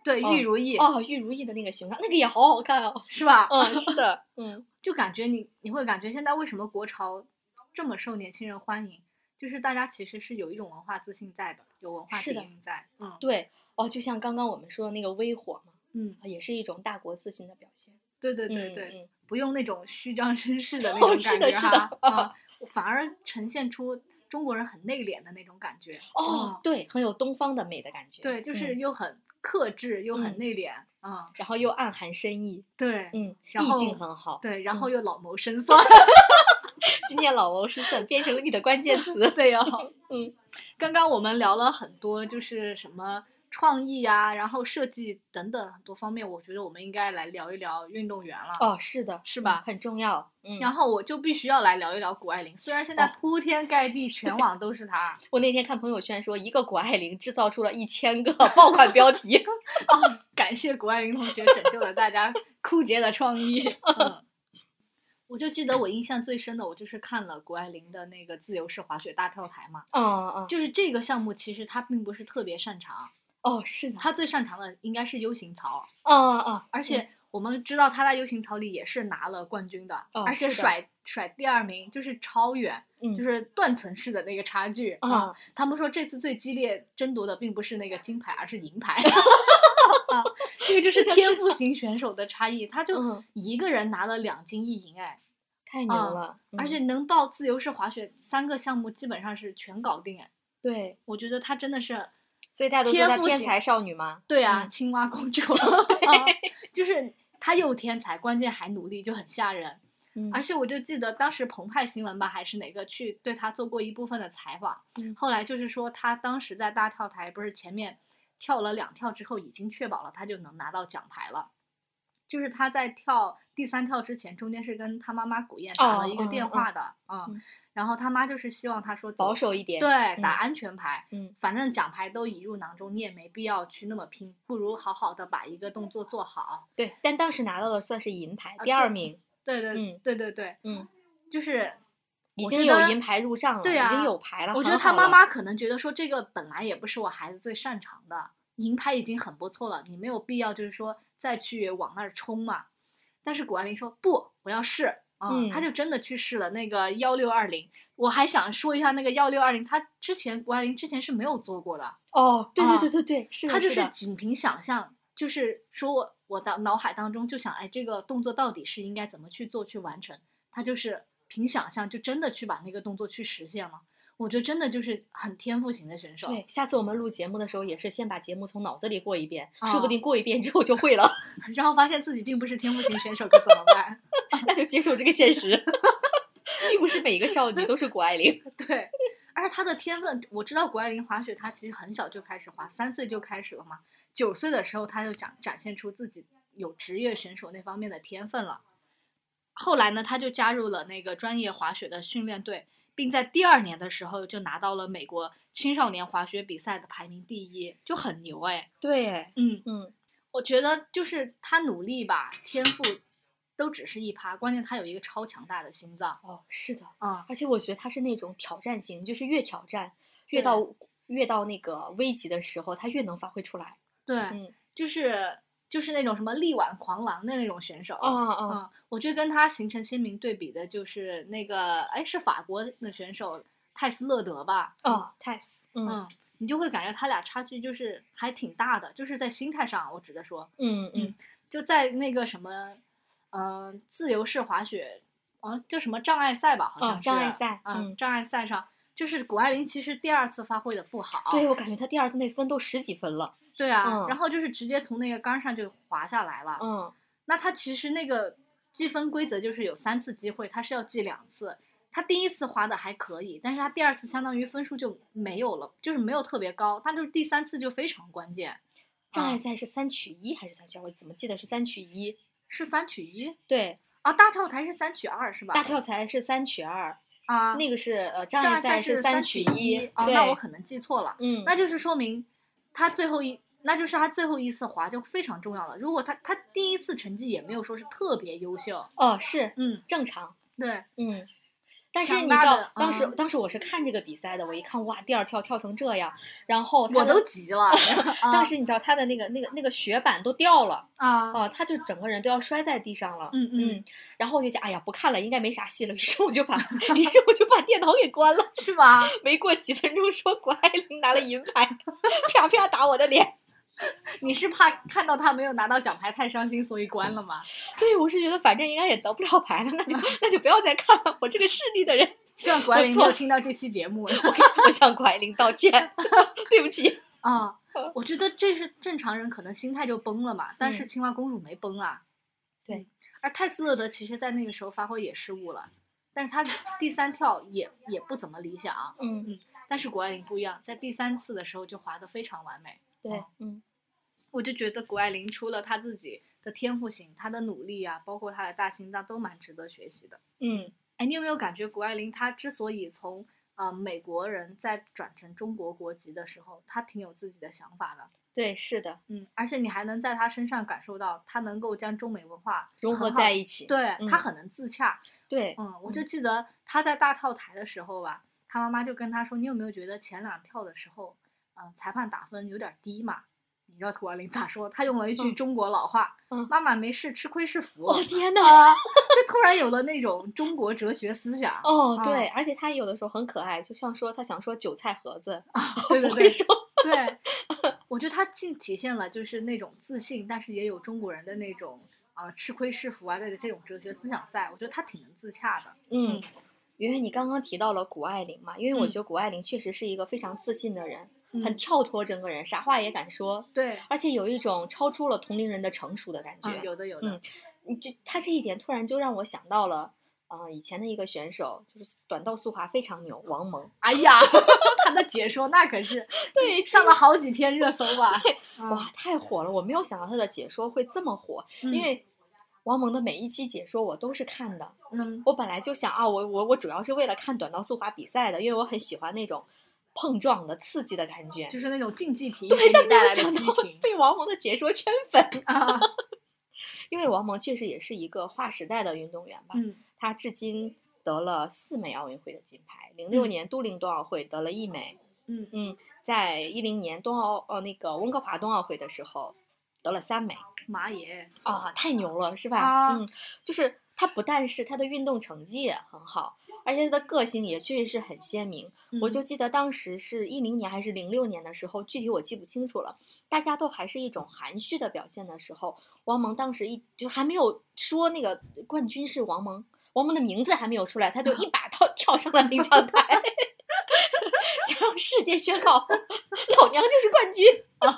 Speaker 2: 对，
Speaker 1: 哦
Speaker 2: 玉如意、
Speaker 1: 哦，玉如意的那个形状，那个也好好看哦。
Speaker 2: 是吧？
Speaker 1: 嗯，是 的，嗯，
Speaker 2: 就感觉你你会感觉现在为什么国潮这么受年轻人欢迎，就是大家其实是有一种文化自信在的，有文化
Speaker 1: 是
Speaker 2: 底
Speaker 1: 的
Speaker 2: 蕴在。嗯，
Speaker 1: 对哦，就像刚刚我们说的那个微火嘛，
Speaker 2: 嗯，
Speaker 1: 也是一种大国自信的表现。
Speaker 2: 对对对
Speaker 1: 嗯
Speaker 2: 对，
Speaker 1: 嗯
Speaker 2: 不用那种虚张声势的那
Speaker 1: 哦
Speaker 2: 种
Speaker 1: 是
Speaker 2: 感
Speaker 1: 的
Speaker 2: 觉
Speaker 1: 是
Speaker 2: 哈，
Speaker 1: 的
Speaker 2: 啊，反而呈现出中国人很内敛的那种感觉。
Speaker 1: 哦，，对，很有东方的美的感觉。
Speaker 2: 对，就
Speaker 1: 嗯
Speaker 2: 是又很克制，又
Speaker 1: 嗯
Speaker 2: 很内敛。啊，
Speaker 1: 然后又暗含深意，
Speaker 2: 对
Speaker 1: 嗯，
Speaker 2: 然
Speaker 1: 意境
Speaker 2: 后
Speaker 1: 很好。
Speaker 2: 对，然
Speaker 1: 嗯
Speaker 2: 后又老谋深算。
Speaker 1: 今天老谋深算变成了你的关键词。
Speaker 2: 对呀、
Speaker 1: 嗯，
Speaker 2: 刚刚我们聊了很多，就是什么创意啊，然后设计等等很多方面，我觉得我们应该来聊一聊运动员了。
Speaker 1: 哦，是的，
Speaker 2: 是
Speaker 1: 嗯
Speaker 2: 吧
Speaker 1: 很重要。嗯，
Speaker 2: 然后我就必须要来聊一聊谷爱凌，虽然现在
Speaker 1: 哦
Speaker 2: 铺天盖地， 全网都是她
Speaker 1: 我那天看朋友圈说，一个谷爱凌制造出了一千个爆款标题。
Speaker 2: 啊，感谢谷爱凌同学拯救了大家枯竭的 创意。嗯我就记得我印象最深的，我就是看了谷爱凌的那个自由式滑雪大跳台嘛，
Speaker 1: 嗯嗯，
Speaker 2: 就是这个项目其实她并不是特别擅长，
Speaker 1: 哦，是的，
Speaker 2: 她最擅长的应该是 U 型槽，
Speaker 1: 嗯嗯，
Speaker 2: 而且我们知道他在 U 型槽里也是拿了冠军的，
Speaker 1: 哦
Speaker 2: 而且
Speaker 1: 是的
Speaker 2: 甩甩第二名就是超远，
Speaker 1: 嗯
Speaker 2: 就是断层式的那个差距
Speaker 1: 啊
Speaker 2: 他们说这次最激烈争夺的并不是那个金牌，而是银 牌。 啊，这个就是是
Speaker 1: 的
Speaker 2: 天赋型选手的差异，他就
Speaker 1: 嗯
Speaker 2: 一个人拿了两金一银，哎，
Speaker 1: 太牛
Speaker 2: 啊
Speaker 1: 了，
Speaker 2: 而
Speaker 1: 嗯
Speaker 2: 且能报自由式滑雪三个项目基本上是全搞定，哎，
Speaker 1: 对，
Speaker 2: 我觉得他真的是
Speaker 1: 所以大家都说
Speaker 2: 天
Speaker 1: 她
Speaker 2: 赋
Speaker 1: 天
Speaker 2: 型
Speaker 1: 才少女嘛。
Speaker 2: 对啊，
Speaker 1: 嗯
Speaker 2: 青蛙公主 啊，就是她又天才，关键还努力，就很吓人。
Speaker 1: 嗯
Speaker 2: 而且我就记得当时澎湃新闻吧，还是哪个去对她做过一部分的采访，
Speaker 1: 嗯
Speaker 2: 后来就是说她当时在大跳台不是前面跳了两跳之后，已经确保了她就能拿到奖牌了。就是她在跳第三跳之前，中间是跟她妈妈古燕打
Speaker 1: 哦
Speaker 2: 了一个
Speaker 1: 嗯
Speaker 2: 电
Speaker 1: 嗯
Speaker 2: 话的啊、
Speaker 1: 嗯
Speaker 2: 然后她妈就是希望她说走
Speaker 1: 保守一点。，
Speaker 2: 对，打
Speaker 1: 嗯
Speaker 2: 安全牌，
Speaker 1: 嗯，
Speaker 2: 反正奖牌都已入囊中，你也没必要去那么拼，不如好好的把一个动作做好。
Speaker 1: 对，但当时拿到的算是银牌，
Speaker 2: 啊
Speaker 1: 第二
Speaker 2: 对
Speaker 1: 名。
Speaker 2: 对对、
Speaker 1: 嗯
Speaker 2: 对对对，
Speaker 1: 嗯，
Speaker 2: 就是
Speaker 1: 已
Speaker 2: 我
Speaker 1: 经
Speaker 2: 觉
Speaker 1: 有
Speaker 2: 得
Speaker 1: 银牌入账了，
Speaker 2: 对
Speaker 1: 已经
Speaker 2: 啊
Speaker 1: 有牌了。
Speaker 2: 我觉
Speaker 1: 很
Speaker 2: 得他
Speaker 1: 好
Speaker 2: 妈
Speaker 1: 了
Speaker 2: 妈可能觉得说这个本来也不是我孩子最擅长的，银牌已经很不错了，你没有必要就是说再去往那儿冲嘛。但是谷爱凌说不，我要试啊，
Speaker 1: 嗯
Speaker 2: 她就真的去试了那个幺六二零。我还想说一下那个幺六二零，她之前谷爱凌之前是没有做过的，
Speaker 1: 哦，对对
Speaker 2: 啊
Speaker 1: 对对对，是的，
Speaker 2: 他就是是
Speaker 1: 的
Speaker 2: 仅凭想象，就是说我我的脑海当中就想，哎，这个动作到底是应该怎么去做去完成？他就是凭想象，就真的去把那个动作去实现了。我觉得真的就是很天赋型的选手。
Speaker 1: 对，下次我们录节目的时候，也是先把节目从脑子里过一遍，说不
Speaker 2: 啊
Speaker 1: 定过一遍之后就会 了，
Speaker 2: 然后发现自己并不是天赋型选手，可怎么办？
Speaker 1: 那就接受这个现实。 并不是每一个少女都是谷爱 凌。
Speaker 2: 对，而且他的天分，我知道谷爱凌滑雪，她其实很小就开始滑，三岁就开始了嘛。九岁的时候，她就展展现出自己有职业选手那方面的天分了。后来呢，她就加入了那个专业滑雪的训练队，并在第二年的时候就拿到了美国青少年滑雪比赛的排名第一，就很牛哎。
Speaker 1: 对，
Speaker 2: 嗯，
Speaker 1: 嗯，
Speaker 2: 我觉得就是她努力吧，天赋都只是一趴，关键她有一个超强大的心脏
Speaker 1: 哦，是的，
Speaker 2: 啊、
Speaker 1: 而且我觉得她是那种挑战型，就是越挑战，越到越到那个危急的时候，她越能发挥出来。
Speaker 2: 对，
Speaker 1: 嗯，
Speaker 2: 就是就是那种什么力挽狂澜的那种选手。
Speaker 1: 啊啊，
Speaker 2: 嗯，我觉得跟他形成鲜明对比的就是那个，哎，是法国的选手泰斯勒德吧？
Speaker 1: 哦 t e s 嗯
Speaker 2: 嗯，你就会感觉他俩差距就是还挺大的，就是在心态上，我指的说，
Speaker 1: 嗯嗯
Speaker 2: 嗯，就在那个什么，嗯、自由式滑雪，嗯、叫什么障碍赛吧，好
Speaker 1: 哦
Speaker 2: 像是、
Speaker 1: 障碍赛
Speaker 2: 嗯，
Speaker 1: 嗯
Speaker 2: 障碍赛上，就是谷爱凌其实第二次发挥的不好，
Speaker 1: 对我感觉她第二次那分都十几分了。
Speaker 2: 对啊，
Speaker 1: 嗯
Speaker 2: 然后就是直接从那个杆上就滑下来了，
Speaker 1: 嗯，
Speaker 2: 那他其实那个积分规则就是有三次机会，他是要记两次。他第一次滑的还可以，但是他第二次相当于分数就没有了，就是没有特别高。他就是第三次就非常关键，
Speaker 1: 障碍
Speaker 2: 啊
Speaker 1: 赛是三取一还是三取二？我怎么记得是三取一？
Speaker 2: 是三取一
Speaker 1: 对，
Speaker 2: 啊，大跳台是三取二是吧？
Speaker 1: 大跳台是三取二，
Speaker 2: 啊，
Speaker 1: 那个是呃障
Speaker 2: 障
Speaker 1: 碍
Speaker 2: 碍
Speaker 1: 赛
Speaker 2: 是
Speaker 1: 三
Speaker 2: 取
Speaker 1: 一。
Speaker 2: 啊，
Speaker 1: 对，
Speaker 2: 那我可能记错了，
Speaker 1: 嗯，
Speaker 2: 那就是说明他最后一。那就是他最后一次滑就非常重要了。如果他他第一次成绩也没有说是特别优秀，
Speaker 1: 哦是
Speaker 2: 嗯，
Speaker 1: 正常，
Speaker 2: 对，
Speaker 1: 嗯。但是
Speaker 2: 强
Speaker 1: 你知
Speaker 2: 大
Speaker 1: 道
Speaker 2: 的，
Speaker 1: 当时
Speaker 2: 嗯
Speaker 1: 当时我是看这个比赛的，我一看哇，第二跳跳成这样，然后他
Speaker 2: 我
Speaker 1: 的
Speaker 2: 都 急了。
Speaker 1: 当时你知道他的那个那个那个雪板都掉了
Speaker 2: 啊，
Speaker 1: 啊，他就整个人都要摔在地上了。
Speaker 2: 嗯嗯，
Speaker 1: 嗯，然后我就想，哎呀，不看了，应该没啥戏了。于是我就把， 于是我就把电脑给关了。
Speaker 2: 是吧？
Speaker 1: 没过几分钟，说谷爱凌拿了银牌，啪啪打我的脸。
Speaker 2: 你是怕看到他没有拿到奖牌太伤心，所以关了吗？
Speaker 1: 对，我是觉得反正应该也得不了牌了，那就
Speaker 2: 嗯
Speaker 1: 那就不要再看了。我这个势利的人，
Speaker 2: 希望谷爱
Speaker 1: 我
Speaker 2: 凌没
Speaker 1: 错
Speaker 2: 有
Speaker 1: 了
Speaker 2: 听到这期节目。
Speaker 1: 我给我向谷爱凌道 歉，对不起。
Speaker 2: 啊，我觉得这是正常人可能心态就崩了嘛，但是
Speaker 1: 嗯
Speaker 2: 青蛙公主没崩啊。
Speaker 1: 对
Speaker 2: 嗯，而泰斯勒德其实在那个时候发挥也失误了，但是他第三跳也也不怎么理想啊。
Speaker 1: 嗯，
Speaker 2: 但是谷爱凌不一样，在第三次的时候就滑得非常完美。
Speaker 1: 对
Speaker 2: 哦，
Speaker 1: 嗯
Speaker 2: 我就觉得谷爱凌除了她自己的天赋型，她的努力啊，包括她的大心脏，都蛮值得学习的。
Speaker 1: 嗯
Speaker 2: 哎，你有没有感觉谷爱凌她之所以从呃美国人再转成中国国籍的时候，她挺有自己的想法的？
Speaker 1: 对，是的，
Speaker 2: 嗯，而且你还能在她身上感受到，她能够将中美文化
Speaker 1: 融
Speaker 2: 很
Speaker 1: 合
Speaker 2: 好
Speaker 1: 在一起。
Speaker 2: 对
Speaker 1: 嗯
Speaker 2: 她很能自洽。
Speaker 1: 对，
Speaker 2: 嗯，我就记得她在大跳台的时候吧，她妈妈就跟她说：“你有没有觉得前两跳的时候，呃，裁判打分有点低嘛？”你知道涂婉玲咋说？她用了一句
Speaker 1: 嗯
Speaker 2: 中国老话：“
Speaker 1: 嗯哦
Speaker 2: 妈妈没事，吃亏是福。
Speaker 1: 我、天呐。
Speaker 2: 啊，就突然有了那种中国哲学思想。
Speaker 1: 哦，
Speaker 2: 啊
Speaker 1: 对，而且他有的时候很可爱，就像说他想说韭菜盒子，
Speaker 2: 对对
Speaker 1: 不会
Speaker 2: 对
Speaker 1: 说，
Speaker 2: 对，我觉得他既体现了就是那种自信，但是也有中国人的那种啊、吃亏是福啊的这种哲学思想在。我觉得他挺能自洽的。
Speaker 1: 嗯
Speaker 2: 嗯。
Speaker 1: 圆圆，你刚刚提到了谷爱凌嘛，因为我
Speaker 2: 嗯
Speaker 1: 觉得谷爱凌确实是一个非常自信的人，很
Speaker 2: 嗯，
Speaker 1: 跳脱整个人，啥话也敢说，
Speaker 2: 对，
Speaker 1: 而且有一种超出了同龄人的成熟的感觉。
Speaker 2: 嗯，有的有的，
Speaker 1: 嗯你这他这一点突然就让我想到了，呃，以前的一个选手，就是短道速滑非常牛，王蒙。
Speaker 2: 哎呀， 他的解说那可是
Speaker 1: 对，
Speaker 2: 上了好几天热搜吧？嗯
Speaker 1: 哇，太火了！我没有想到他的解说会这么火，
Speaker 2: 嗯
Speaker 1: 因为王蒙的每一期解说我都是看的。
Speaker 2: 嗯
Speaker 1: 我本来就想啊，我我我主要是为了看短道速滑比赛的，因为我很喜欢那种碰撞的刺激的感觉。
Speaker 2: 就是那种竞技体育给
Speaker 1: 对，但
Speaker 2: 你
Speaker 1: 没
Speaker 2: 带
Speaker 1: 有
Speaker 2: 来的
Speaker 1: 想
Speaker 2: 激
Speaker 1: 到
Speaker 2: 情
Speaker 1: 被王蒙的解说圈粉，
Speaker 2: 啊，
Speaker 1: 因为王蒙确实也是一个划时代的运动员吧。
Speaker 2: 嗯
Speaker 1: 他至今得了四枚奥运会的金牌，零六
Speaker 2: 嗯
Speaker 1: 年都灵冬奥会得了一枚，
Speaker 2: 嗯，
Speaker 1: 嗯，在一零年冬奥呃那个温哥华冬奥会的时候得了三枚。
Speaker 2: 马爷，
Speaker 1: 啊，太牛了，是吧？
Speaker 2: 啊
Speaker 1: 嗯，就是他不但是他的运动成绩也很好，而且他的个性也确实是很鲜明。我
Speaker 2: 嗯
Speaker 1: 就记得当时是一零年还是零六年的时候，具体我记不清楚了。大家都还是一种含蓄的表现的时候，王蒙当时一就还没有说那个冠军是王蒙，王蒙的名字还没有出来，他就一把跳跳上了领奖台， 想让世界宣告老娘就是冠军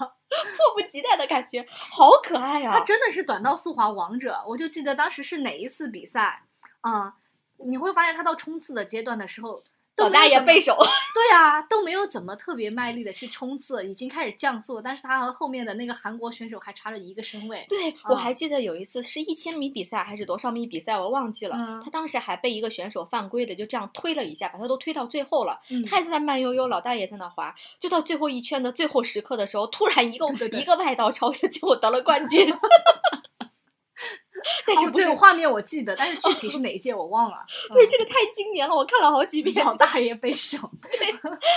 Speaker 1: 迫不及待的感觉，好可爱啊！
Speaker 2: 啊他真的是短道速滑王者。我就记得当时是哪一次比赛，啊、你会发现他到冲刺的阶段的时候，都
Speaker 1: 老
Speaker 2: 没有
Speaker 1: 大爷
Speaker 2: 怎么
Speaker 1: 背 手，
Speaker 2: 对啊，都没有怎么特别卖力的去冲刺，已经开始降速，但是他和后面的那个韩国选手还差了一个身位。
Speaker 1: 对我
Speaker 2: 嗯
Speaker 1: 还记得有一次是一千米比赛还是多少米比赛，我忘记了。
Speaker 2: 嗯
Speaker 1: 他当时还被一个选手犯规了，就这样推了一下，把他都推到最后了。
Speaker 2: 嗯
Speaker 1: 他也在那慢悠悠，老大爷在那滑。就到最后一圈的最后时刻的时候，突然一个
Speaker 2: 对对对
Speaker 1: 一个外道超越，结果得了冠 军。但是
Speaker 2: 哦
Speaker 1: 不
Speaker 2: 对
Speaker 1: 是、
Speaker 2: 画面我记得，但是具体是哪一届我忘了。
Speaker 1: 对
Speaker 2: 嗯
Speaker 1: 这个太经典了，我看了好几遍，
Speaker 2: 老大爷 背手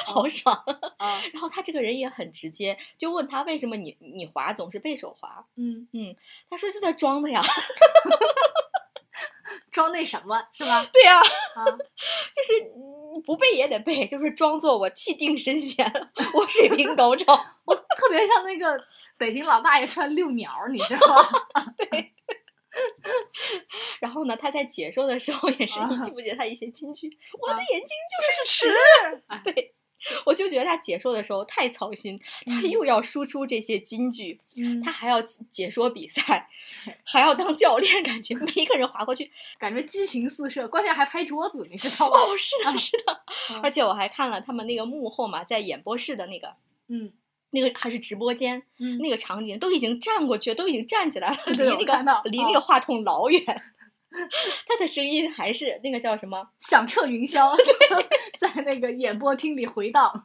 Speaker 1: 好爽。
Speaker 2: 啊，
Speaker 1: 然后他这个人也很直接，就问他为什么你你滑总是背手滑，
Speaker 2: 嗯，
Speaker 1: 他说是在装 的呀。
Speaker 2: 装那什么是吧？
Speaker 1: 对呀、
Speaker 2: 啊，
Speaker 1: 就是嗯不背也得背，就是装作我气定神闲，我水平高 超。
Speaker 2: 我特别像那个北京老大爷穿遛鸟儿，你知道 吗？
Speaker 1: 然后呢，他在解说的时候也是，你
Speaker 2: 啊
Speaker 1: 记不记得他以前金句？我的
Speaker 2: 啊
Speaker 1: 眼睛就是尺。
Speaker 2: 哎
Speaker 1: 对，我就觉得他解说的时候太操心，他
Speaker 2: 嗯
Speaker 1: 又要输出这些金句，
Speaker 2: 嗯
Speaker 1: 他还要解解说比赛，还要当教练，感觉每一个人划过 去，
Speaker 2: 感觉激情四射，关键还拍桌子，你知道吗？
Speaker 1: 哦，是的，是的。而
Speaker 2: 嗯
Speaker 1: 且我还看了他们那个幕后嘛，在演播室的那个。
Speaker 2: 嗯
Speaker 1: 那个还是直播间，
Speaker 2: 嗯，
Speaker 1: 那个场景都已经站过去，都已经站起来了，
Speaker 2: 对对我
Speaker 1: 离那
Speaker 2: 看到
Speaker 1: 个离那
Speaker 2: 嗯
Speaker 1: 个话筒老远。 他的声音还是那个叫什么？
Speaker 2: 响彻云霄， 在那个演播厅里 回荡。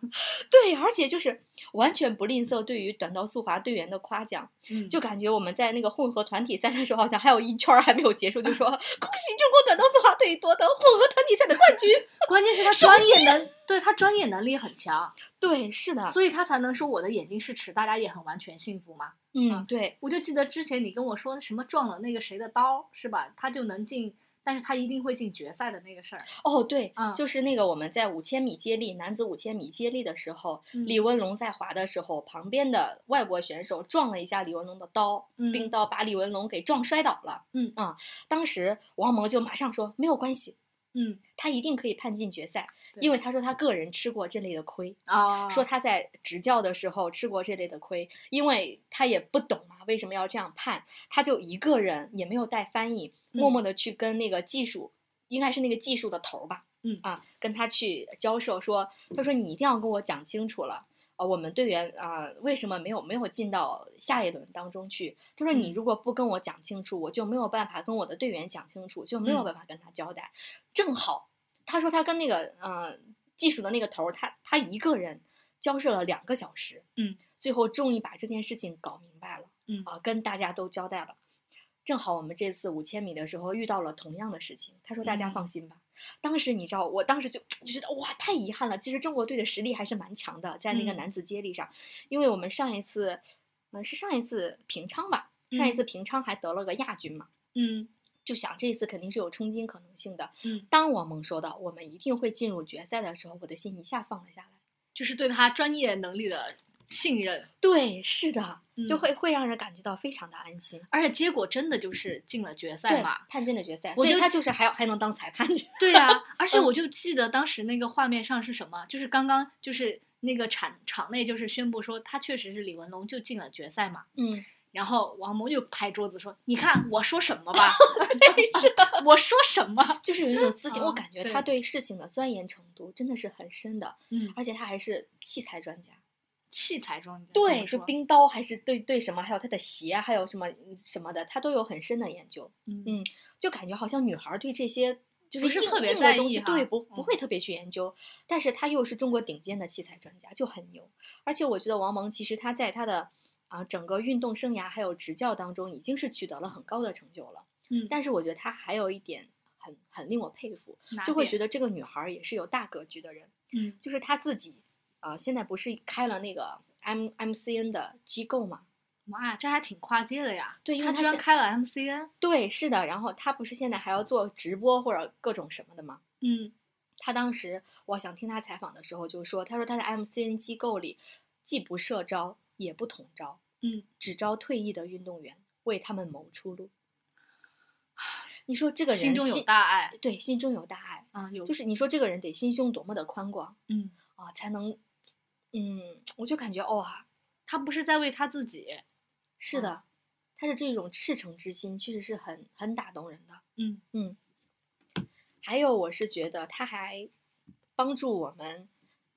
Speaker 1: 对，而且就是完全不吝啬对于短道速滑队员的夸奖，
Speaker 2: 嗯，
Speaker 1: 就感觉我们在那个混合团体赛的时候，好像还有一圈儿还没有结束，就 说恭喜中国短道速滑队夺得混合团体赛的冠军。
Speaker 2: 关键是他专业能，对他专业能力很强，
Speaker 1: 对，是的，
Speaker 2: 所以他才能说我的眼睛是尺，大家也很完全信服嘛。
Speaker 1: 嗯，对，
Speaker 2: 我就记得之前你跟我说什么撞了那个谁的刀是吧？他就能进，但是他一定会进决赛的那个事儿。
Speaker 1: 哦，对，
Speaker 2: 嗯
Speaker 1: 就是那个我们在五千米接力男子五千米接力的时候，
Speaker 2: 嗯
Speaker 1: 李文龙在滑的时候，旁边的外国选手撞了一下李文龙的刀，
Speaker 2: 嗯
Speaker 1: 并刀把李文龙给撞摔倒了。
Speaker 2: 嗯
Speaker 1: 啊，当时王蒙就马上说没有关系，
Speaker 2: 嗯，
Speaker 1: 他一定可以判进决赛，
Speaker 2: 对
Speaker 1: 因为他说他个人吃过这类的亏，
Speaker 2: 啊，
Speaker 1: 说他在执教的时候吃过这类的亏，因为他也不懂嘛，为什么要这样判，他就一个人也没有带翻译，默
Speaker 2: 嗯
Speaker 1: 默的去跟那个技术，应该是那个技术的头儿吧，
Speaker 2: 嗯
Speaker 1: 啊，跟他去交涉说，他说你一定要跟我讲清楚了。啊，我们队员啊、为什么没有没有进到下一轮当中去？他说你
Speaker 2: 嗯
Speaker 1: 如果不跟我讲清楚，我就没有办法跟我的队员讲清楚，就没有
Speaker 2: 嗯
Speaker 1: 办法跟他交代。正好他说他跟那个呃技术的那个头儿，他他一个人交涉了两个小时，
Speaker 2: 嗯，
Speaker 1: 最后终于把这件事情搞明白了，
Speaker 2: 嗯
Speaker 1: 啊，跟大家都交代了。正好我们这次五千米的时候遇到了同样的事情，他说大家
Speaker 2: 嗯
Speaker 1: 放心吧。当时你知道，我当时就就觉得哇，太遗憾了。其实中国队的实力还是蛮强的，在那个
Speaker 2: 嗯
Speaker 1: 男子接力上，因为我们上一次，呃，是上一次平昌吧，上一
Speaker 2: 嗯
Speaker 1: 次平昌还得了个亚军嘛。
Speaker 2: 嗯
Speaker 1: 就想这一次肯定是有冲金可能性的。
Speaker 2: 嗯，
Speaker 1: 当王蒙说到我们一定会进入决赛的时候，我的心一下放了下来。
Speaker 2: 就是对他专业能力的信任，
Speaker 1: 对，是的，就
Speaker 2: 嗯
Speaker 1: 会会让人感觉到非常的安心。
Speaker 2: 而且结果真的就是进了决赛
Speaker 1: 对
Speaker 2: 嘛，。
Speaker 1: 判进了决赛，
Speaker 2: 我
Speaker 1: 所以
Speaker 2: 就
Speaker 1: 他
Speaker 2: 记
Speaker 1: 就是还要还能当裁判 去。
Speaker 2: 对啊，而且
Speaker 1: 嗯
Speaker 2: 我就记得当时那个画面上是什么，就是刚刚就是那个场场内就是宣布说他确实是李文龙就进了决赛嘛，
Speaker 1: 嗯，
Speaker 2: 然后王蒙就拍桌子说：“你看我说什 么吧， 我说什么
Speaker 1: 就是有一种自信，我
Speaker 2: 啊
Speaker 1: 感觉
Speaker 2: 对
Speaker 1: 他对事情的钻研程度真的是很深的，？”
Speaker 2: 嗯，
Speaker 1: 而且他还是器材专家。
Speaker 2: 器材装的
Speaker 1: 对，就
Speaker 2: 就
Speaker 1: 冰刀还是对对什么，还有他的鞋啊，还有什么嗯什么的，他都有很深的研究。嗯
Speaker 2: 嗯
Speaker 1: 就感觉好像女孩儿对这些就
Speaker 2: 不是
Speaker 1: 硬
Speaker 2: 特别
Speaker 1: 硬
Speaker 2: 在
Speaker 1: 的东
Speaker 2: 意
Speaker 1: 西，
Speaker 2: 哈
Speaker 1: 对不不
Speaker 2: 嗯
Speaker 1: 会特别去研究，但是他又是中国顶尖的器材专家，就很牛。而且我觉得王蒙其实他在他的啊整个运动生涯还有执教当中，已经是取得了很高的成就了。
Speaker 2: 嗯，
Speaker 1: 但是我觉得他还有一点很很令我佩服，
Speaker 2: 哪
Speaker 1: 就会
Speaker 2: 点
Speaker 1: 觉得这个女孩儿也是有大格局的人，
Speaker 2: 嗯
Speaker 1: 就是她自己啊、现在不是开了那个 M M C N 的机构嘛？
Speaker 2: 哇，这还挺跨界的呀。
Speaker 1: 对因为
Speaker 2: 他
Speaker 1: 他
Speaker 2: 居然
Speaker 1: 现
Speaker 2: 开了 MCN，
Speaker 1: 对，是的。然后她不是现在还要做直播或者各种什么的吗？
Speaker 2: 嗯
Speaker 1: 他当时我想听他采访的时候就说，他说他在 MCN 机构里既不社招也不统招，
Speaker 2: 嗯，
Speaker 1: 只招退役的运动员，为他们谋出路。你说这个人
Speaker 2: 心中有，大爱，
Speaker 1: 对，心中有大爱，
Speaker 2: 嗯，有
Speaker 1: 就是你说这个人得心胸多么的宽广
Speaker 2: 嗯，
Speaker 1: 啊，才能，嗯，我就感觉哇，
Speaker 2: 他不是在为他自己，
Speaker 1: 是
Speaker 2: 嗯
Speaker 1: 的，他的这种赤诚之心确实是很很打动人的。
Speaker 2: 嗯
Speaker 1: 嗯，还有我是觉得他还帮助我们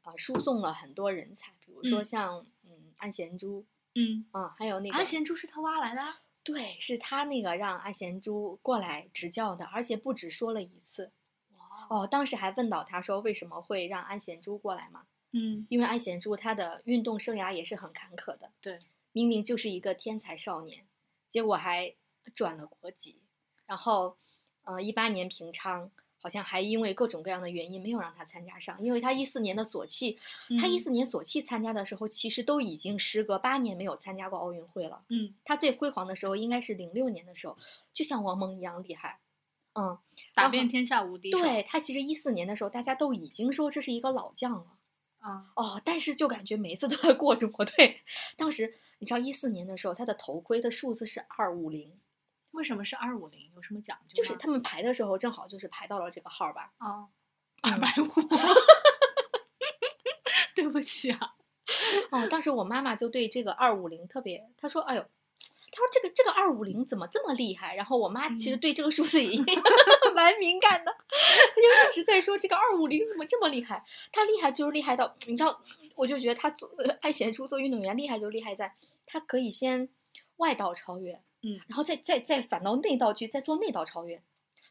Speaker 1: 呃输送了很多人才，比如说
Speaker 2: 嗯
Speaker 1: 像嗯安贤洙
Speaker 2: 嗯，
Speaker 1: 啊，还有那个
Speaker 2: 安贤洙是他挖来的啊，
Speaker 1: 对，是他那个让安贤洙过来执教的，而且不止说了一次
Speaker 2: 哇，
Speaker 1: 哦，当时还问到他说为什么会让安贤洙过来嘛？
Speaker 2: 嗯，
Speaker 1: 因为安贤洙他的运动生涯也是很坎坷的，
Speaker 2: 对，
Speaker 1: 明明就是一个天才少年，结果还转了国籍，然后，呃，一八年平昌好像还因为各种各样的原因没有让他参加上，因为他一四年的索契，他一
Speaker 2: 嗯
Speaker 1: 四年索契参加的时候，其实都已经时隔八年没有参加过奥运会了。
Speaker 2: 嗯，
Speaker 1: 他最辉煌的时候应该是零六年的时候，就像王蒙一样厉害，嗯，
Speaker 2: 打
Speaker 1: 然
Speaker 2: 遍
Speaker 1: 后
Speaker 2: 天下无敌手，
Speaker 1: 对他其实一四年的时候，大家都已经说这是一个老将了。
Speaker 2: 啊，
Speaker 1: 哦，但是就感觉每一次都在过中国队。当时你知道，一四年的时候，他的头盔的数字是二五零，
Speaker 2: 为什么是二五零？有什么讲究
Speaker 1: 就是
Speaker 2: 吗
Speaker 1: 他们排的时候正好就是排到了这个号儿吧。
Speaker 2: 啊，
Speaker 1: 嗯
Speaker 2: 二百 五，对不起啊，
Speaker 1: 哦，当时我妈妈就对这个二五零特别，她说：“哎呦，她说这个这个二五零怎么这么厉害？”然后我妈其实
Speaker 2: 嗯
Speaker 1: 对这个数字也 蛮敏感的，她就一直在说这个二五零怎么这么厉害。她厉害就是厉害到，你知道，我就觉得她做爱贤出做运动员厉害就厉害在，她可以先外道超越，
Speaker 2: 嗯
Speaker 1: 然后再再再反到内道去，再做内道超越。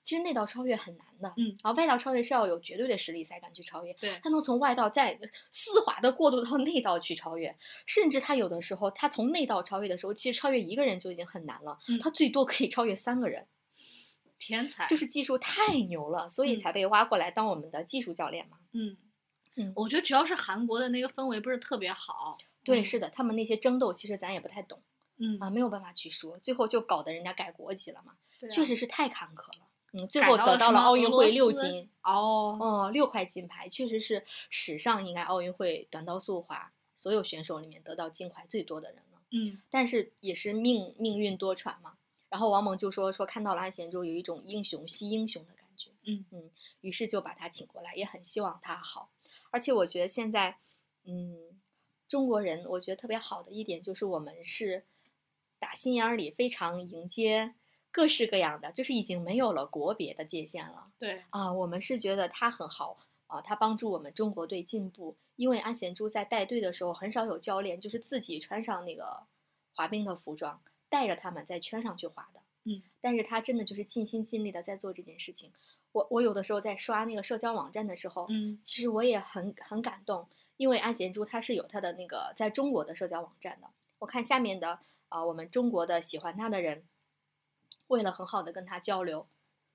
Speaker 1: 其实内道超越很难的，
Speaker 2: 嗯，
Speaker 1: 然后外道超越是要有绝对的实力才敢去超越，
Speaker 2: 对
Speaker 1: 他能从外道再丝滑的过渡到内道去超越，甚至他有的时候他从内道超越的时候，其实超越一个人就已经很难了，
Speaker 2: 嗯
Speaker 1: 他最多可以超越三个人，
Speaker 2: 天才，
Speaker 1: 就是技术太牛了，所以
Speaker 2: 嗯
Speaker 1: 才被挖过来当我们的技术教练嘛。
Speaker 2: 嗯
Speaker 1: 嗯
Speaker 2: 我觉得主要是韩国的那个氛围不是特别好，
Speaker 1: 对，
Speaker 2: 嗯
Speaker 1: 是的，他们那些争斗其实咱也不太懂
Speaker 2: 嗯
Speaker 1: 啊，没有办法去说，最后就搞得人家改国籍了嘛，
Speaker 2: 对啊
Speaker 1: 确实是太坎坷了。嗯，最
Speaker 2: 改
Speaker 1: 后
Speaker 2: 到
Speaker 1: 得
Speaker 2: 了
Speaker 1: 到
Speaker 2: 什
Speaker 1: 了
Speaker 2: 么
Speaker 1: 奥
Speaker 2: 俄
Speaker 1: 运
Speaker 2: 罗
Speaker 1: 会六
Speaker 2: 斯
Speaker 1: 金，
Speaker 2: 哦，
Speaker 1: 哦，六块金牌确实是史上应该奥运会短道速滑所有选手里面得到金牌最多的人了。
Speaker 2: 嗯
Speaker 1: 但是也是命命运多舛嘛。然后王蒙就说说看到了安贤周有一种英雄惜英雄的感觉，
Speaker 2: 嗯
Speaker 1: 嗯，于是就把他请过来，也很希望他好。而且我觉得现在，嗯，中国人我觉得特别好的一点就是我们是打心眼儿里非常迎接各式各样的，就是已经没有了国别的界限了。
Speaker 2: 对，
Speaker 1: 啊，我们是觉得他很好啊，他帮助我们中国队进步。因为安贤洙在带队的时候很少有教练，就是自己穿上那个滑冰的服装，带着他们在圈上去滑的。
Speaker 2: 嗯，
Speaker 1: 但是他真的就是尽心尽力的在做这件事情。我我有的时候在刷那个社交网站的时候，
Speaker 2: 嗯
Speaker 1: 其实我也很很感动，因为安贤洙他是有他的那个在中国的社交网站的。我看下面的啊、我们中国的喜欢他的人，为了很好的跟他交流，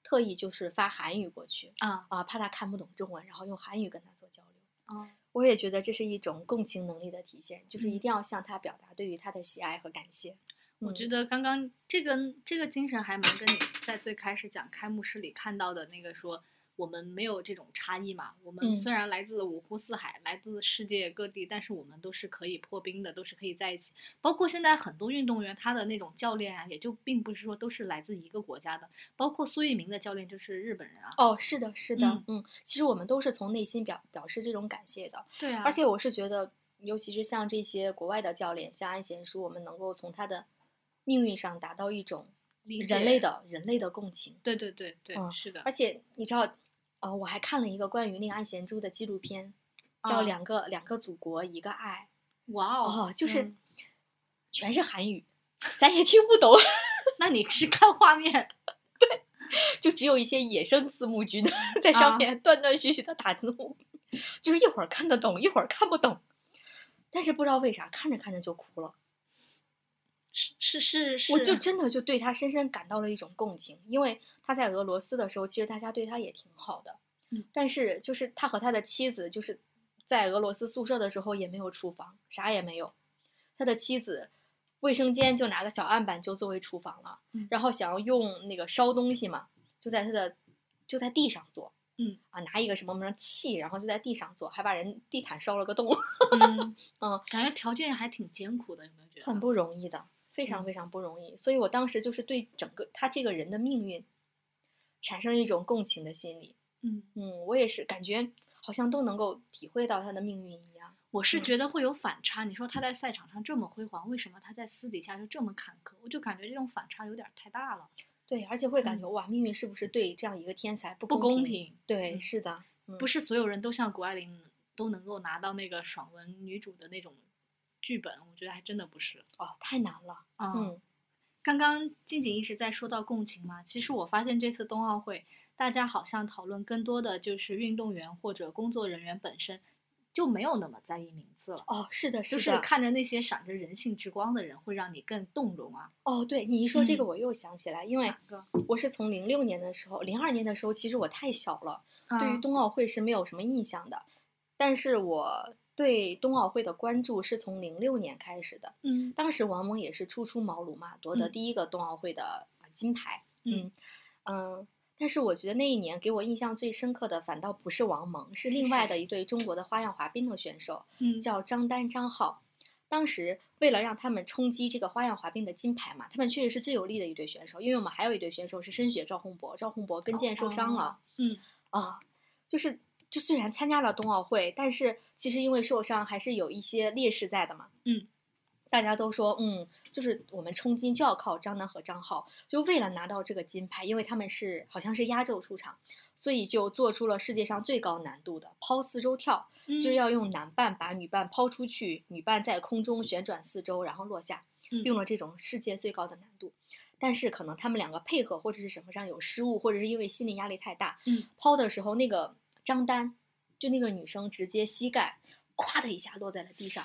Speaker 1: 特意就是发韩语过去
Speaker 2: 啊
Speaker 1: 啊、怕他看不懂中文，然后用韩语跟他做交流。
Speaker 2: 啊，
Speaker 1: 我也觉得这是一种共情能力的体现，就是一
Speaker 2: 嗯
Speaker 1: 定要向他表达对于他的喜爱和感谢。
Speaker 2: 我
Speaker 1: 嗯
Speaker 2: 觉得刚刚这个这个精神还蛮跟你在最开始讲开幕式里看到的那个说。我们没有这种差异嘛？我
Speaker 1: 嗯
Speaker 2: 们虽然来自五湖四海，来自世界各地，但是我们都是可以破冰的，都是可以在一起。包括现在很多运动员，他的那种教练啊，也就并不是说都是来自一个国家的。包括苏翊鸣的教练就是日本人啊。
Speaker 1: 哦，是的，是的
Speaker 2: 嗯，
Speaker 1: 嗯，其实我们都是从内心表表示这种感谢的。
Speaker 2: 对啊
Speaker 1: 而且我是觉得，尤其是像这些国外的教练，像安贤洙，我们能够从他的命运上达到一种
Speaker 2: 理
Speaker 1: 人类
Speaker 2: 解
Speaker 1: 的人类的共情。
Speaker 2: 对对对对，
Speaker 1: 嗯
Speaker 2: 是的
Speaker 1: 而，且你知道，呃，我还看了一个关于那个安贤洙的纪录片，叫
Speaker 2: 啊
Speaker 1: 《两个、两个祖国一个爱》
Speaker 2: 哇哦，
Speaker 1: 哦，就是、
Speaker 2: 嗯
Speaker 1: 全是韩语，咱也听不懂，
Speaker 2: 那你是看画面，
Speaker 1: 就只有一些野生字幕局的在上
Speaker 2: 啊
Speaker 1: 面断断续续的打字幕，就是一会儿看得懂，一会儿看不懂。但是不知道为啥，看着看着就哭了。
Speaker 2: 是是是是，
Speaker 1: 我就真的就对他深深感到了一种共情，因为他在俄罗斯的时候，其实大家对他也挺好的，
Speaker 2: 嗯，
Speaker 1: 但是就是他和他的妻子就是在俄罗斯宿舍的时候也没有厨房，啥也没有，他的妻子卫生间就拿个小案板就作为厨房了，
Speaker 2: 嗯
Speaker 1: 然后想要用那个烧东西嘛，就在他的就在地上做，
Speaker 2: 嗯
Speaker 1: 啊，拿一个什么什么器，然后就在地上做，还把人地毯烧了个洞，
Speaker 2: 嗯
Speaker 1: 嗯，
Speaker 2: 感觉条件还挺艰苦的，有没有觉得？
Speaker 1: 很不容易的，非常
Speaker 2: 嗯
Speaker 1: 非常不容易。所以我当时就是对整个他这个人的命运产生了一种共情的心理。
Speaker 2: 嗯，
Speaker 1: 嗯，我也是感觉好像都能够体会到他的命运一样。
Speaker 2: 我是
Speaker 1: 嗯
Speaker 2: 觉得会有反差。你说他在赛场上这么辉煌，为什么他在私底下就这么坎坷？我就感觉这种反差有点儿太大了，
Speaker 1: 对，而且会感觉、哇，命运是不是对这样一个天才不
Speaker 2: 嗯不
Speaker 1: 公
Speaker 2: 公
Speaker 1: 平？
Speaker 2: 平。
Speaker 1: 对，
Speaker 2: 嗯
Speaker 1: 是的，
Speaker 2: 不是所有人都像谷爱凌都能够拿到那个爽文女主的那种剧本，我觉得还真的不是。
Speaker 1: 哦，太难了。
Speaker 2: 啊
Speaker 1: 嗯，
Speaker 2: 刚刚静静一直在说到共情嘛，其实我发现这次冬奥会，大家好像讨论更多的就是运动员或者工作人员本身，就没有那么在意名次了。
Speaker 1: 哦，是的，
Speaker 2: 就是
Speaker 1: 的。
Speaker 2: 看着那些闪着人性之光的人，会让你更动容啊。
Speaker 1: 哦，对你一说这个，
Speaker 2: 嗯
Speaker 1: 我又想起来，因为
Speaker 2: 哪个？
Speaker 1: 我是从零六年的时候，零二年的时候，其实我太小了。对于
Speaker 2: 啊
Speaker 1: 冬奥会是没有什么印象的，但是我对冬奥会的关注是从零六年开始的。
Speaker 2: 嗯
Speaker 1: 当时王蒙也是初出茅庐嘛，夺得
Speaker 2: 嗯
Speaker 1: 第一个冬奥会的呃金牌。
Speaker 2: 嗯
Speaker 1: 嗯、但是我觉得那一年给我印象最深刻的，反倒不是王蒙，是另外
Speaker 2: 谁
Speaker 1: 的一对中国的花样滑冰的选手，
Speaker 2: 嗯
Speaker 1: 叫张丹、张浩。当时为了让他们冲击这个花样滑冰的金牌嘛，他们确实是最有力的一对选手，因为我们还有一对选手是申雪赵宏博，赵宏博跟腱受伤了。
Speaker 2: 嗯
Speaker 1: 啊，就是就虽然参加了冬奥会，但是其实因为受伤还是有一些劣势在的嘛。
Speaker 2: 嗯，
Speaker 1: 大家都说，嗯，就是我们冲金就要靠张楠和张浩，就为了拿到这个金牌，因为他们是好像是压轴出场，所以就做出了世界上最高难度的抛四周跳，
Speaker 2: 嗯
Speaker 1: 就是要用男伴把女伴抛出去，女伴在空中旋转四周然后落下，
Speaker 2: 嗯
Speaker 1: 用了这种世界最高的难度。但是可能他们两个配合或者是什么上有失误，或者是因为心理压力太大，
Speaker 2: 嗯，
Speaker 1: 抛的时候那个张丹就那个女生直接膝盖咵的一下落在了地上，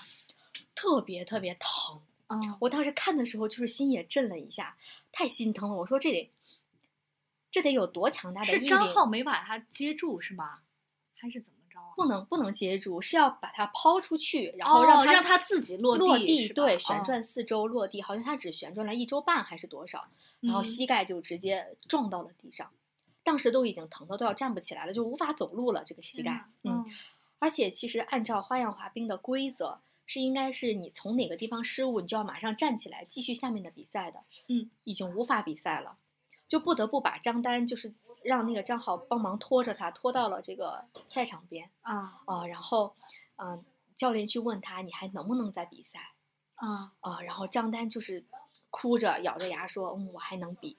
Speaker 1: 特别特别疼。
Speaker 2: 嗯，
Speaker 1: 我当时看的时候就是心也震了一下，太心疼了。我说这得这得有多强大的毅
Speaker 2: 是
Speaker 1: 力，
Speaker 2: 张浩没把他接住是吗？还是怎么着啊？
Speaker 1: 不能不能接住，是要把它抛出去，然后
Speaker 2: 哦，
Speaker 1: 让它、
Speaker 2: 让他自己落
Speaker 1: 落
Speaker 2: 地是吧，
Speaker 1: 对，旋
Speaker 2: 哦，
Speaker 1: 转四周落地，好像他只旋转了一周半还是多少，然后
Speaker 2: 嗯
Speaker 1: 膝盖就直接撞到了地上，当时都已经疼的都要站不起来了，就无法走路了这个膝
Speaker 2: 天
Speaker 1: 盖
Speaker 2: 呐，
Speaker 1: 嗯，而且其实按照花样滑冰的规则。是应该是你从哪个地方失误，你就要马上站起来继续下面的比赛的。
Speaker 2: 嗯，
Speaker 1: 已经无法比赛了，就不得不把张丹就是让那个张浩帮忙拖着他拖到了这个赛场边
Speaker 2: 啊
Speaker 1: 啊、然后，嗯、教练去问他你还能不能再比赛？
Speaker 2: 啊，
Speaker 1: 啊、然后张丹就是哭着咬着牙说：“嗯，我还能比。”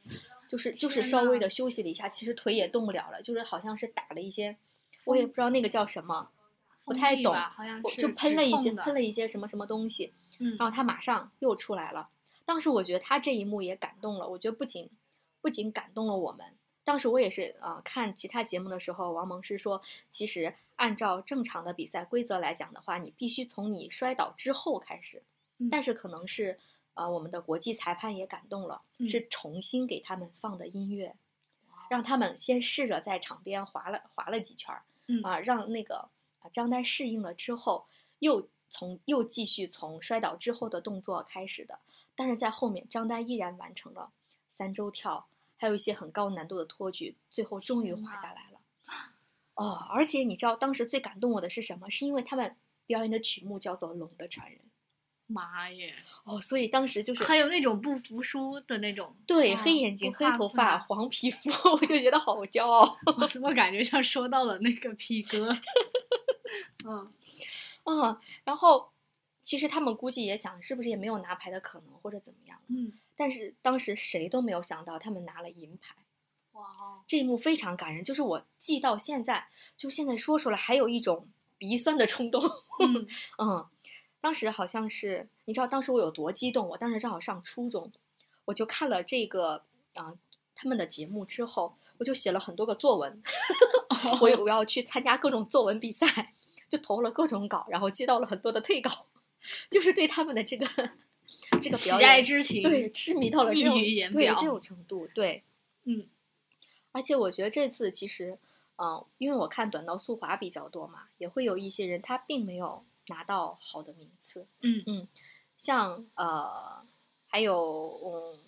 Speaker 1: 就是就是
Speaker 2: 天
Speaker 1: 稍微
Speaker 2: 呐
Speaker 1: 的休息了一下，其实腿也动不了了，就是好像是打了一些，我也不知道那个叫什么，不
Speaker 2: 锋
Speaker 1: 太
Speaker 2: 利
Speaker 1: 懂
Speaker 2: 吧好像
Speaker 1: 我就是喷
Speaker 2: 止
Speaker 1: 了一些
Speaker 2: 痛的
Speaker 1: 喷了一些什么什么东西，
Speaker 2: 嗯
Speaker 1: 然后他马上又出来了。当时我觉得他这一幕也感动了，我觉得不仅不仅感动了我们，当时我也是啊、呃看其他节目的时候，王蒙是说，其实按照正常的比赛规则来讲的话，你必须从你摔倒之后开始，
Speaker 2: 嗯
Speaker 1: 但是可能是呃我们的国际裁判也感动了，
Speaker 2: 嗯
Speaker 1: 是重新给他们放的音乐，让他们先试着在场边滑了滑了几圈儿，
Speaker 2: 嗯
Speaker 1: 啊，让那个啊张丹适应了之后，又从又继续从摔倒之后的动作开始的，但是在后面张丹依然完成了三周跳，还有一些很高难度的托举，最后终于
Speaker 2: 天
Speaker 1: 滑
Speaker 2: 呐
Speaker 1: 下来了。哦，而且你知道当时最感动我的是什么？是因为他们表演的曲目叫做《龙的传人》
Speaker 2: 妈耶，
Speaker 1: 哦，所以当时就是
Speaker 2: 还有那种不服输的那 种，
Speaker 1: 对
Speaker 2: 嗯
Speaker 1: 黑眼睛、
Speaker 2: 不
Speaker 1: 黑
Speaker 2: 怕
Speaker 1: 头
Speaker 2: 困
Speaker 1: 发、
Speaker 2: 难
Speaker 1: 黄皮肤，我就觉得好骄傲。
Speaker 2: 我怎么感觉像说到了那个 P 哥？ 嗯，
Speaker 1: 嗯，然后其实他们估计也想，是不是也没有拿牌的可能，或者怎么样？
Speaker 2: 嗯，
Speaker 1: 但是当时谁都没有想到，他们拿了银牌，
Speaker 2: 哇哦，
Speaker 1: 这一幕非常感人。就是我记到现在，就现在说出来，还有一种鼻酸的冲动。
Speaker 2: 嗯
Speaker 1: 嗯，当时好像是，你知道当时我有多激动？我当时正好上初中，我就看了这个啊、他们的节目之后，我就写了很多个作文， 我也我要去参加各种作文比赛，就投了各种稿，然后接到了很多的退稿， 就是对他们的这个这个
Speaker 2: 喜
Speaker 1: 表
Speaker 2: 爱
Speaker 1: 演
Speaker 2: 之情，
Speaker 1: 对，痴迷到了
Speaker 2: 溢
Speaker 1: 这种
Speaker 2: 于言
Speaker 1: 对
Speaker 2: 表
Speaker 1: 这种程度，对，
Speaker 2: 嗯，
Speaker 1: 而且我觉得这次其实，嗯、因为我看短道速滑比较多嘛，也会有一些人他并没有拿到好的名次，
Speaker 2: 嗯
Speaker 1: 嗯，像呃，还有嗯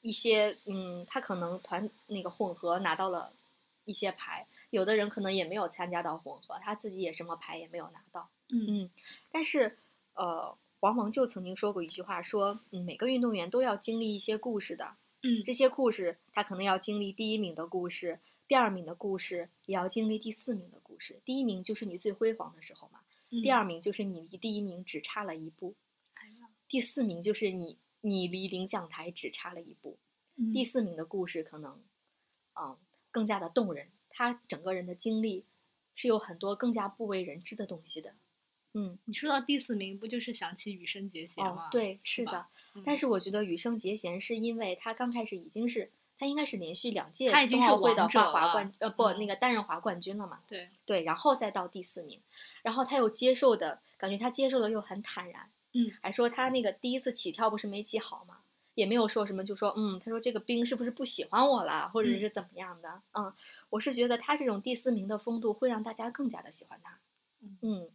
Speaker 1: 一些嗯，他可能团那个混合拿到了一些牌，有的人可能也没有参加到混合，他自己也什么牌也没有拿到。
Speaker 2: 嗯
Speaker 1: 嗯，但是呃，王蒙就曾经说过一句话，说嗯，每个运动员都要经历一些故事的，
Speaker 2: 嗯
Speaker 1: 这些故事他可能要经历第一名的故事、第二名的故事，也要经历第四名的故事。第一名就是你最辉煌的时候嘛，
Speaker 2: 嗯，
Speaker 1: 第二名就是你离第一名只差了一步，
Speaker 2: 哎呀，
Speaker 1: 第四名就是你你离领奖台只差了一步。
Speaker 2: 嗯
Speaker 1: 第四名的故事可能，嗯，更加的动人，他整个人的经历是有很多更加不为人知的东西的，嗯。
Speaker 2: 你说到第四名，不就是想起羽生结弦吗
Speaker 1: 哦？，，对，是
Speaker 2: 吧
Speaker 1: 的。
Speaker 2: 嗯
Speaker 1: 但是我觉得羽生结弦是因为他刚开始已经是他应该是连续两届
Speaker 2: 他已经
Speaker 1: 冬
Speaker 2: 是
Speaker 1: 奥会的
Speaker 2: 王者
Speaker 1: 花滑
Speaker 2: 了
Speaker 1: 冠呃不、那
Speaker 2: 嗯
Speaker 1: 个单人滑冠军了嘛，
Speaker 2: 对，
Speaker 1: 对，然后再到第四名，然后他又接受的感觉他接受的又很坦然，
Speaker 2: 嗯，
Speaker 1: 还说他那个第一次起跳不是没起好嘛，也没有说什么就说嗯，他说这个冰是不是不喜欢我啦，或者
Speaker 2: 嗯
Speaker 1: 是怎么样的，嗯我是觉得他这种第四名的风度会让大家更加的喜欢他，
Speaker 2: 嗯
Speaker 1: 嗯，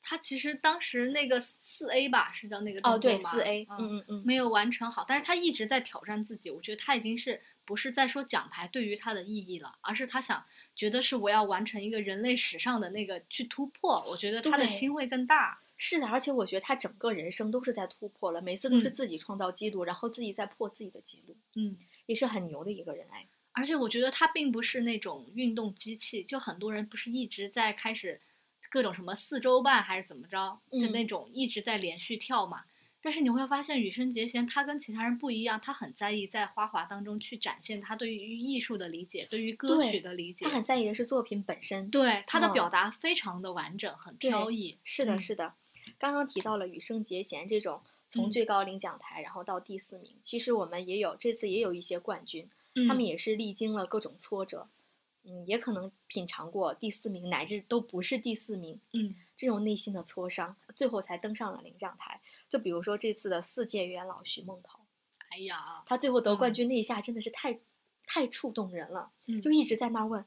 Speaker 2: 他其实当时那个四 A 吧，是叫那个
Speaker 1: 哦
Speaker 2: 动作
Speaker 1: 对，
Speaker 2: 吗
Speaker 1: 四 A，
Speaker 2: 嗯
Speaker 1: 嗯嗯嗯，
Speaker 2: 没有完成好，但是他一直在挑战自己。我觉得他已经是不是在说奖牌对于他的意义了，而是他想觉得是我要完成一个人类史上的那个去突破。我觉得他的
Speaker 1: 对
Speaker 2: 心会更大。
Speaker 1: 是的，而且我觉得他整个人生都是在突破了，每次都是
Speaker 2: 嗯
Speaker 1: 自己创造记录，然后自己在破自己的记录，
Speaker 2: 嗯，
Speaker 1: 也是很牛的一个人哎。
Speaker 2: 而且我觉得他并不是那种运动机器，就很多人不是一直在开始各种什么四周半还是怎么着，就
Speaker 1: 嗯
Speaker 2: 那种一直在连续跳嘛。但是你会发现，羽生结弦他跟其他人不一样，他很在意在花滑当中去展现他对于艺术的理解，对于歌
Speaker 1: 对
Speaker 2: 曲的理解。
Speaker 1: 他很在意的是作品本身。
Speaker 2: 对他的
Speaker 1: 嗯
Speaker 2: 表达非常的完整，很
Speaker 1: 对
Speaker 2: 飘逸。
Speaker 1: 是的，
Speaker 2: 嗯
Speaker 1: 是的。刚刚提到了羽生结弦这种从
Speaker 2: 嗯
Speaker 1: 最高领奖台，然后到第四名。其实我们也有这次也有一些冠军，
Speaker 2: 嗯
Speaker 1: 他们也是历经了各种挫折，嗯，也可能品尝过第四名乃至都不是第四名
Speaker 2: 嗯
Speaker 1: 这种内心的挫伤，最后才登上了领奖台。就比如说这次的四届元老徐梦桃，
Speaker 2: 哎呀，
Speaker 1: 她最后得冠
Speaker 2: 嗯
Speaker 1: 军那一下真的是太、太触动人了。
Speaker 2: 嗯
Speaker 1: 就一直在那儿问：“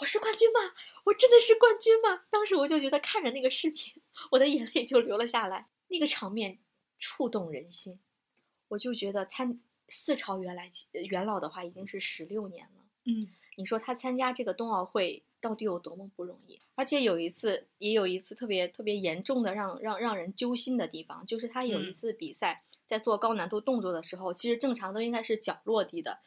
Speaker 1: 我是冠军吗？我真的是冠军吗？”当时我就觉得看着那个视频，我的眼泪就流了下来，那个场面触动人心。我就觉得参四朝元来呃元老的话已经是十六年了，
Speaker 2: 嗯
Speaker 1: 你说他参加这个冬奥会到底有多么不容易？而且有一次，也有一次特别特别严重的让让让人揪心的地方，就是他有一
Speaker 2: 嗯
Speaker 1: 次比赛、在做高难度动作的时候，其实正常都应该是脚落地的，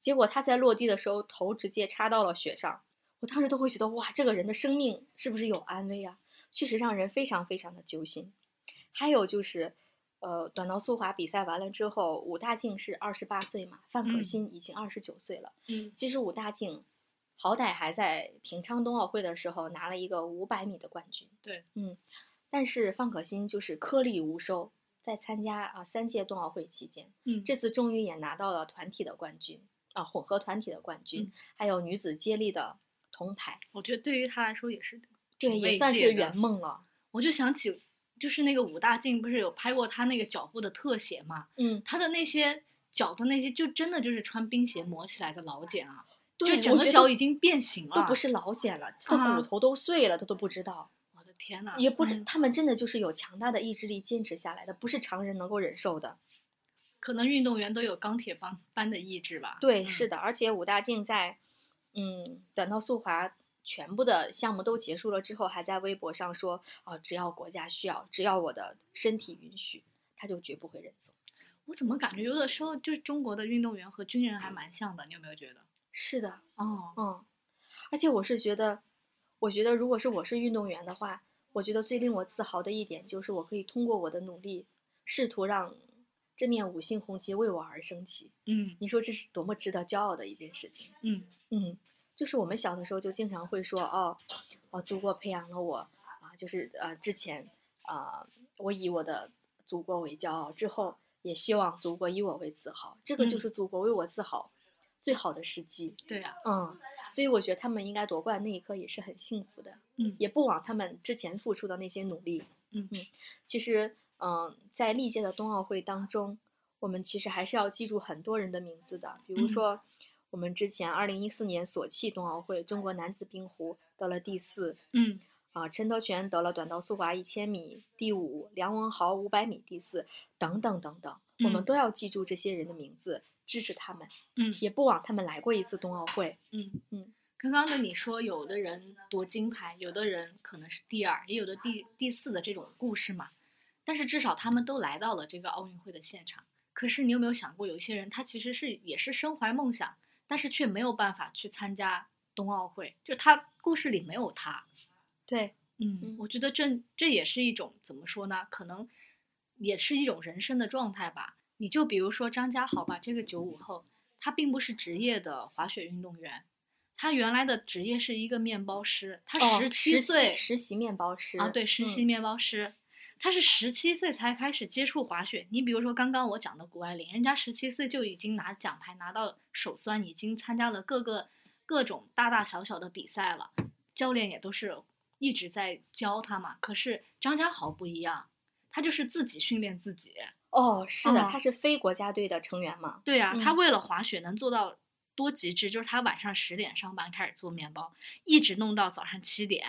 Speaker 1: 结果他在落地的时候头直接插到了雪上，我当时都会觉得哇，这个人的生命是不是有安危啊？确实让人非常非常的揪心。还有就是，呃，短道速滑比赛完了之后，武大靖是二十八岁嘛，范可
Speaker 2: 嗯
Speaker 1: 新已经二十九岁了。
Speaker 2: 嗯
Speaker 1: 其实武大靖好歹还在平昌冬奥会的时候拿了一个五百米的冠军。
Speaker 2: 对，
Speaker 1: 嗯，但是范可新就是颗粒无收，在参加啊三届冬奥会期间，
Speaker 2: 嗯，
Speaker 1: 这次终于也拿到了团体的冠军啊，混合团体的冠军，
Speaker 2: 嗯
Speaker 1: 还有女子接力的铜牌，
Speaker 2: 我觉得对于他来说也是
Speaker 1: 对，
Speaker 2: 挺
Speaker 1: 也
Speaker 2: 慰
Speaker 1: 算
Speaker 2: 藉
Speaker 1: 是
Speaker 2: 的
Speaker 1: 圆梦了。
Speaker 2: 我就想起，就是那个武大靖不是有拍过他那个脚步的特写嘛？
Speaker 1: 嗯，
Speaker 2: 他的那些脚的那些，就真的就是穿冰鞋磨起来的老茧啊，
Speaker 1: 对
Speaker 2: 就整
Speaker 1: 我
Speaker 2: 个
Speaker 1: 觉
Speaker 2: 脚
Speaker 1: 得
Speaker 2: 已经变形了。
Speaker 1: 都不，是老茧了，他
Speaker 2: 啊
Speaker 1: 骨头都碎了，他都不知道。
Speaker 2: 我的天呐，
Speaker 1: 也不知，
Speaker 2: 嗯
Speaker 1: 他们真的就是有强大的意志力坚持下来的，不是常人能够忍受的。
Speaker 2: 可能运动员都有钢铁般般的意志吧。
Speaker 1: 对，
Speaker 2: 嗯
Speaker 1: 是的，而且武大靖在，嗯，短道速滑全部的项目都结束了之后，还在微博上说，哦，只要国家需要，只要我的身体允许，他就绝不会认怂。
Speaker 2: 我怎么感觉有的时候就是中国的运动员和军人还蛮像的，你有没有觉得？
Speaker 1: 是的，
Speaker 2: 哦，
Speaker 1: 嗯，而且我是觉得，我觉得如果是我是运动员的话，我觉得最令我自豪的一点就是我可以通过我的努力，试图让这面五星红旗为我而升起。
Speaker 2: 嗯
Speaker 1: 你说这是多么值得骄傲的一件事情。
Speaker 2: 嗯
Speaker 1: 嗯，就是我们小的时候就经常会说，哦，哦，祖国培养了我啊，就是呃，之前啊、我以我的祖国为骄傲，之后也希望祖国以我为自豪，这个就
Speaker 2: 嗯
Speaker 1: 是祖国为我自豪最好的时机。
Speaker 2: 对啊，
Speaker 1: 嗯，所以我觉得他们应该夺冠那一刻也是很幸福的，
Speaker 2: 嗯
Speaker 1: 也不枉他们之前付出的那些努力。
Speaker 2: 嗯
Speaker 1: 嗯，其实，嗯、在历届的冬奥会当中，我们其实还是要记住很多人的名字的，比如
Speaker 2: 嗯
Speaker 1: 说。我们之前二零一四年索契冬奥会，中国男子冰壶得了第四，
Speaker 2: 嗯
Speaker 1: 啊，陈德全得了短道速滑一千米第五，梁文豪五百米第四，等等等等，我们
Speaker 2: 嗯
Speaker 1: 都要记住这些人的名字，支持他们，
Speaker 2: 嗯
Speaker 1: 也不枉他们来过一次冬奥会。
Speaker 2: 嗯
Speaker 1: 嗯
Speaker 2: 嗯。刚刚的你说，有的人夺金牌，有的人可能是第二，也有的第第四的这种故事嘛。但是至少他们都来到了这个奥运会的现场。可是你有没有想过，有些人他其实是也是身怀梦想，但是却没有办法去参加冬奥会，就他故事里没有他。
Speaker 1: 对，嗯
Speaker 2: 嗯，我觉得这这也是一种怎么说呢？可能也是一种人生的状态吧。你就比如说张家豪吧，这个九五后，他并不是职业的滑雪运动员，他原来的职业是一个面包师，他
Speaker 1: 哦
Speaker 2: 十七
Speaker 1: 习
Speaker 2: 岁、
Speaker 1: 实习面包师
Speaker 2: 啊，对，实习
Speaker 1: 嗯
Speaker 2: 面包师，他是十七岁才开始接触滑雪。你比如说刚刚我讲的谷爱凌，人家十七岁就已经拿奖牌，拿到手酸，已经参加了各个各种大大小小的比赛了，教练也都是一直在教他嘛。可是张家豪不一样，他就是自己训练自己。
Speaker 1: 哦，是的，
Speaker 2: 嗯
Speaker 1: 他是非国家队的成员嘛？
Speaker 2: 对啊，他
Speaker 1: 嗯
Speaker 2: 为了滑雪能做到多极致，就是他晚上十点上班开始做面包，一直弄到早上七点，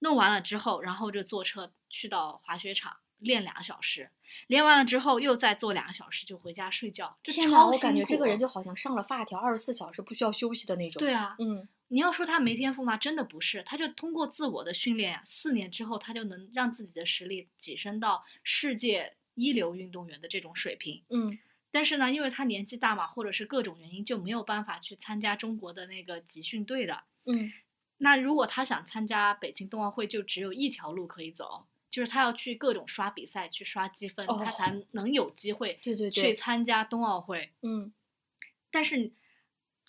Speaker 2: 弄完了之后，然后就坐车去到滑雪场练两个小时，练完了之后又再做两个小时就回家睡觉，就
Speaker 1: 天哪，
Speaker 2: 超
Speaker 1: 我感
Speaker 2: 辛
Speaker 1: 觉这个
Speaker 2: 苦
Speaker 1: 人就好像上了发条，二十四小时不需要休息的那种。
Speaker 2: 对，啊，
Speaker 1: 嗯，
Speaker 2: 你要说他没天赋吗？真的不是，他就通过自我的训练呀、四年之后他就能让自己的实力跻身到世界一流运动员的这种水平。
Speaker 1: 嗯，
Speaker 2: 但是呢，因为他年纪大嘛，或者是各种原因，就没有办法去参加中国的那个集训队的。
Speaker 1: 嗯，
Speaker 2: 那如果他想参加北京冬奥会，就只有一条路可以走，就是他要去各种刷比赛，去刷积分，
Speaker 1: 哦
Speaker 2: 他才能有机会
Speaker 1: 对对
Speaker 2: 去
Speaker 1: 对，
Speaker 2: 参加冬奥会。
Speaker 1: 嗯，
Speaker 2: 但是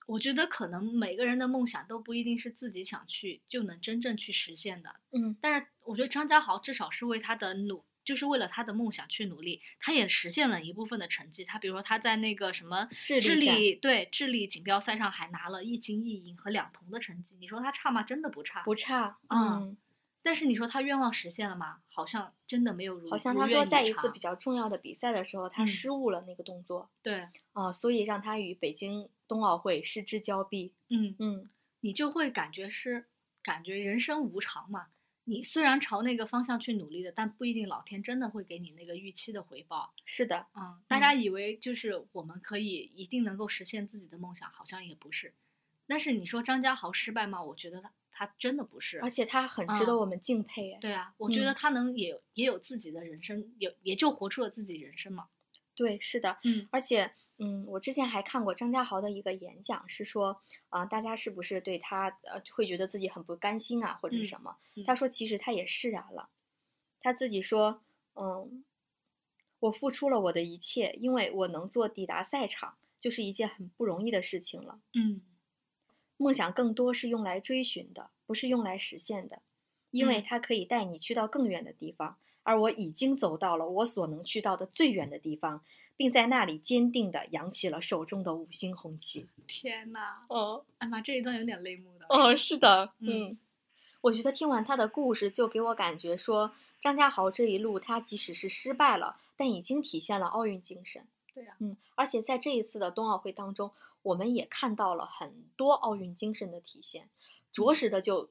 Speaker 2: 我觉得可能每个人的梦想都不一定是自己想去就能真正去实现的，
Speaker 1: 嗯，
Speaker 2: 但是我觉得张家豪至少是为他的努，就是为了他的梦想去努力，他也实现了一部分的成绩。他比如说他在那个什么
Speaker 1: 智
Speaker 2: 智
Speaker 1: 力战
Speaker 2: 力对智力锦标赛上还拿了一金一银和两铜的成绩，你说他差吗？真的不差。
Speaker 1: 不差，
Speaker 2: 啊
Speaker 1: 嗯，
Speaker 2: 但是你说他愿望实现了吗？好像真的没有如
Speaker 1: 好像
Speaker 2: 如
Speaker 1: 他
Speaker 2: 愿
Speaker 1: 说
Speaker 2: 以
Speaker 1: 在一次
Speaker 2: 偿
Speaker 1: 比较重要的比赛的时候，他
Speaker 2: 嗯
Speaker 1: 失误了那个动作
Speaker 2: 对，
Speaker 1: 啊，所以让他与北京冬奥会失之交臂。
Speaker 2: 嗯，
Speaker 1: 嗯，
Speaker 2: 你就会感觉是感觉人生无常嘛。你虽然朝那个方向去努力的，但不一定老天真的会给你那个预期的回报。
Speaker 1: 是的，
Speaker 2: 嗯，大家以为就是我们可以一定能够实现自己的梦想，好像也不是。但是你说张家豪失败吗？我觉得他他真的不是
Speaker 1: 而。且他很值
Speaker 2: 啊
Speaker 1: 得我们敬佩哎。
Speaker 2: 对啊，我
Speaker 1: 嗯
Speaker 2: 觉得他能也有也有自己的人生，也也就活出了自己人生嘛。
Speaker 1: 对，是的，
Speaker 2: 嗯
Speaker 1: 而且，嗯，我之前还看过张家豪的一个演讲，是说，啊、大家是不是对他呃会觉得自己很不甘心啊，或者是
Speaker 2: 嗯
Speaker 1: 什么？
Speaker 2: 嗯
Speaker 1: 他说，其实他也释然了，他自己说，嗯，我付出了我的一切，因为我能做抵达赛场，就是一件很不容易的事情了。
Speaker 2: 嗯
Speaker 1: 梦想更多是用来追寻的，不是用来实现的，因为
Speaker 2: 嗯
Speaker 1: 它可以带你去到更远的地方，而我已经走到了我所能去到的最远的地方，并在那里坚定地扬起了手中的五星红旗。
Speaker 2: 天呐，
Speaker 1: 哦
Speaker 2: 哎妈，这一段有点泪目的。
Speaker 1: 哦，是的，
Speaker 2: 嗯
Speaker 1: 嗯，我觉得听完他的故事，就给我感觉说，张家豪这一路他即使是失败了，但已经体现了奥运精神。
Speaker 2: 对呀、啊，
Speaker 1: 嗯，而且在这一次的冬奥会当中，我们也看到了很多奥运精神的体现，
Speaker 2: 嗯
Speaker 1: 着实的就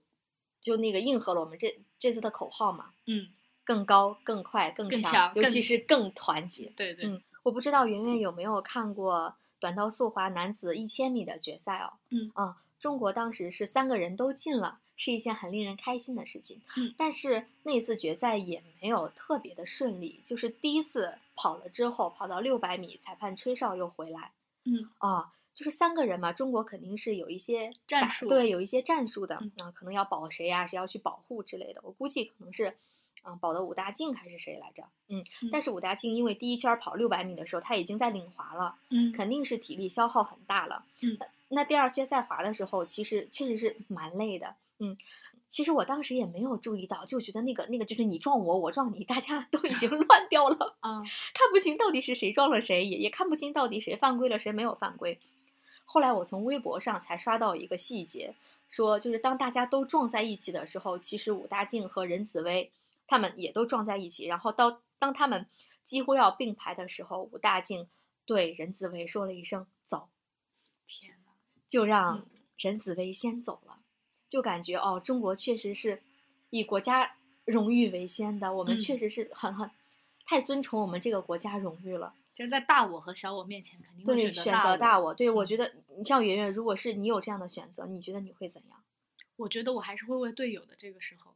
Speaker 1: 就那个应和了我们这这次的口号嘛，
Speaker 2: 嗯，
Speaker 1: 更高、更快、更
Speaker 2: 更
Speaker 1: 强，
Speaker 2: 强
Speaker 1: 尤
Speaker 2: 更
Speaker 1: 其是更团结。
Speaker 2: 对对，
Speaker 1: 嗯，我不知道圆圆有没有看过短道速滑男子一千米的决赛哦。
Speaker 2: 嗯
Speaker 1: 啊，中国当时是三个人都进了，是一件很令人开心的事情。
Speaker 2: 嗯，
Speaker 1: 但是那次决赛也没有特别的顺利，就是第一次跑了之后，跑到六百米，裁判吹哨又回来
Speaker 2: 嗯
Speaker 1: 啊。就是三个人嘛，中国肯定是有一些
Speaker 2: 战
Speaker 1: 打
Speaker 2: 术
Speaker 1: 对，有一些战术的
Speaker 2: 嗯
Speaker 1: 啊，可能要保谁呀、谁要去保护之类的。我估计可能是，啊，保的武大靖还是谁来着？嗯，但
Speaker 2: 嗯
Speaker 1: 是武大靖因为第一圈跑六百米的时候，他已经在领滑了，
Speaker 2: 嗯，
Speaker 1: 肯定是体力消耗很大了。
Speaker 2: 嗯
Speaker 1: 那，那第二圈赛滑的时候，其实确实是蛮累的。嗯，其实我当时也没有注意到，就觉得那个那个就是你撞我，我撞你，大家都已经 乱掉了，
Speaker 2: 啊，
Speaker 1: 看不清到底是谁撞了谁，也也看不清到底谁犯规了，谁没有犯规。后来我从微博上才刷到一个细节，说就是当大家都撞在一起的时候，其实武大靖和任子威他们也都撞在一起，然后到当他们几乎要并排的时候，武大靖对任子威说了一声“走”，
Speaker 2: 天呐，
Speaker 1: 就让
Speaker 2: 嗯
Speaker 1: 任子威先走了，就感觉哦，中国确实是以国家荣誉为先的，我们
Speaker 2: 嗯
Speaker 1: 确实是很很太尊崇我们这个国家荣誉了。
Speaker 2: 就是在大我和小我面前，肯定会
Speaker 1: 对，
Speaker 2: 择
Speaker 1: 选
Speaker 2: 大
Speaker 1: 择
Speaker 2: 我。
Speaker 1: 大我，对我
Speaker 2: 嗯
Speaker 1: 觉得你像圆圆，如果是你有这样的选择，你觉得你会怎样？
Speaker 2: 我觉得我还是会为队友的这个时候，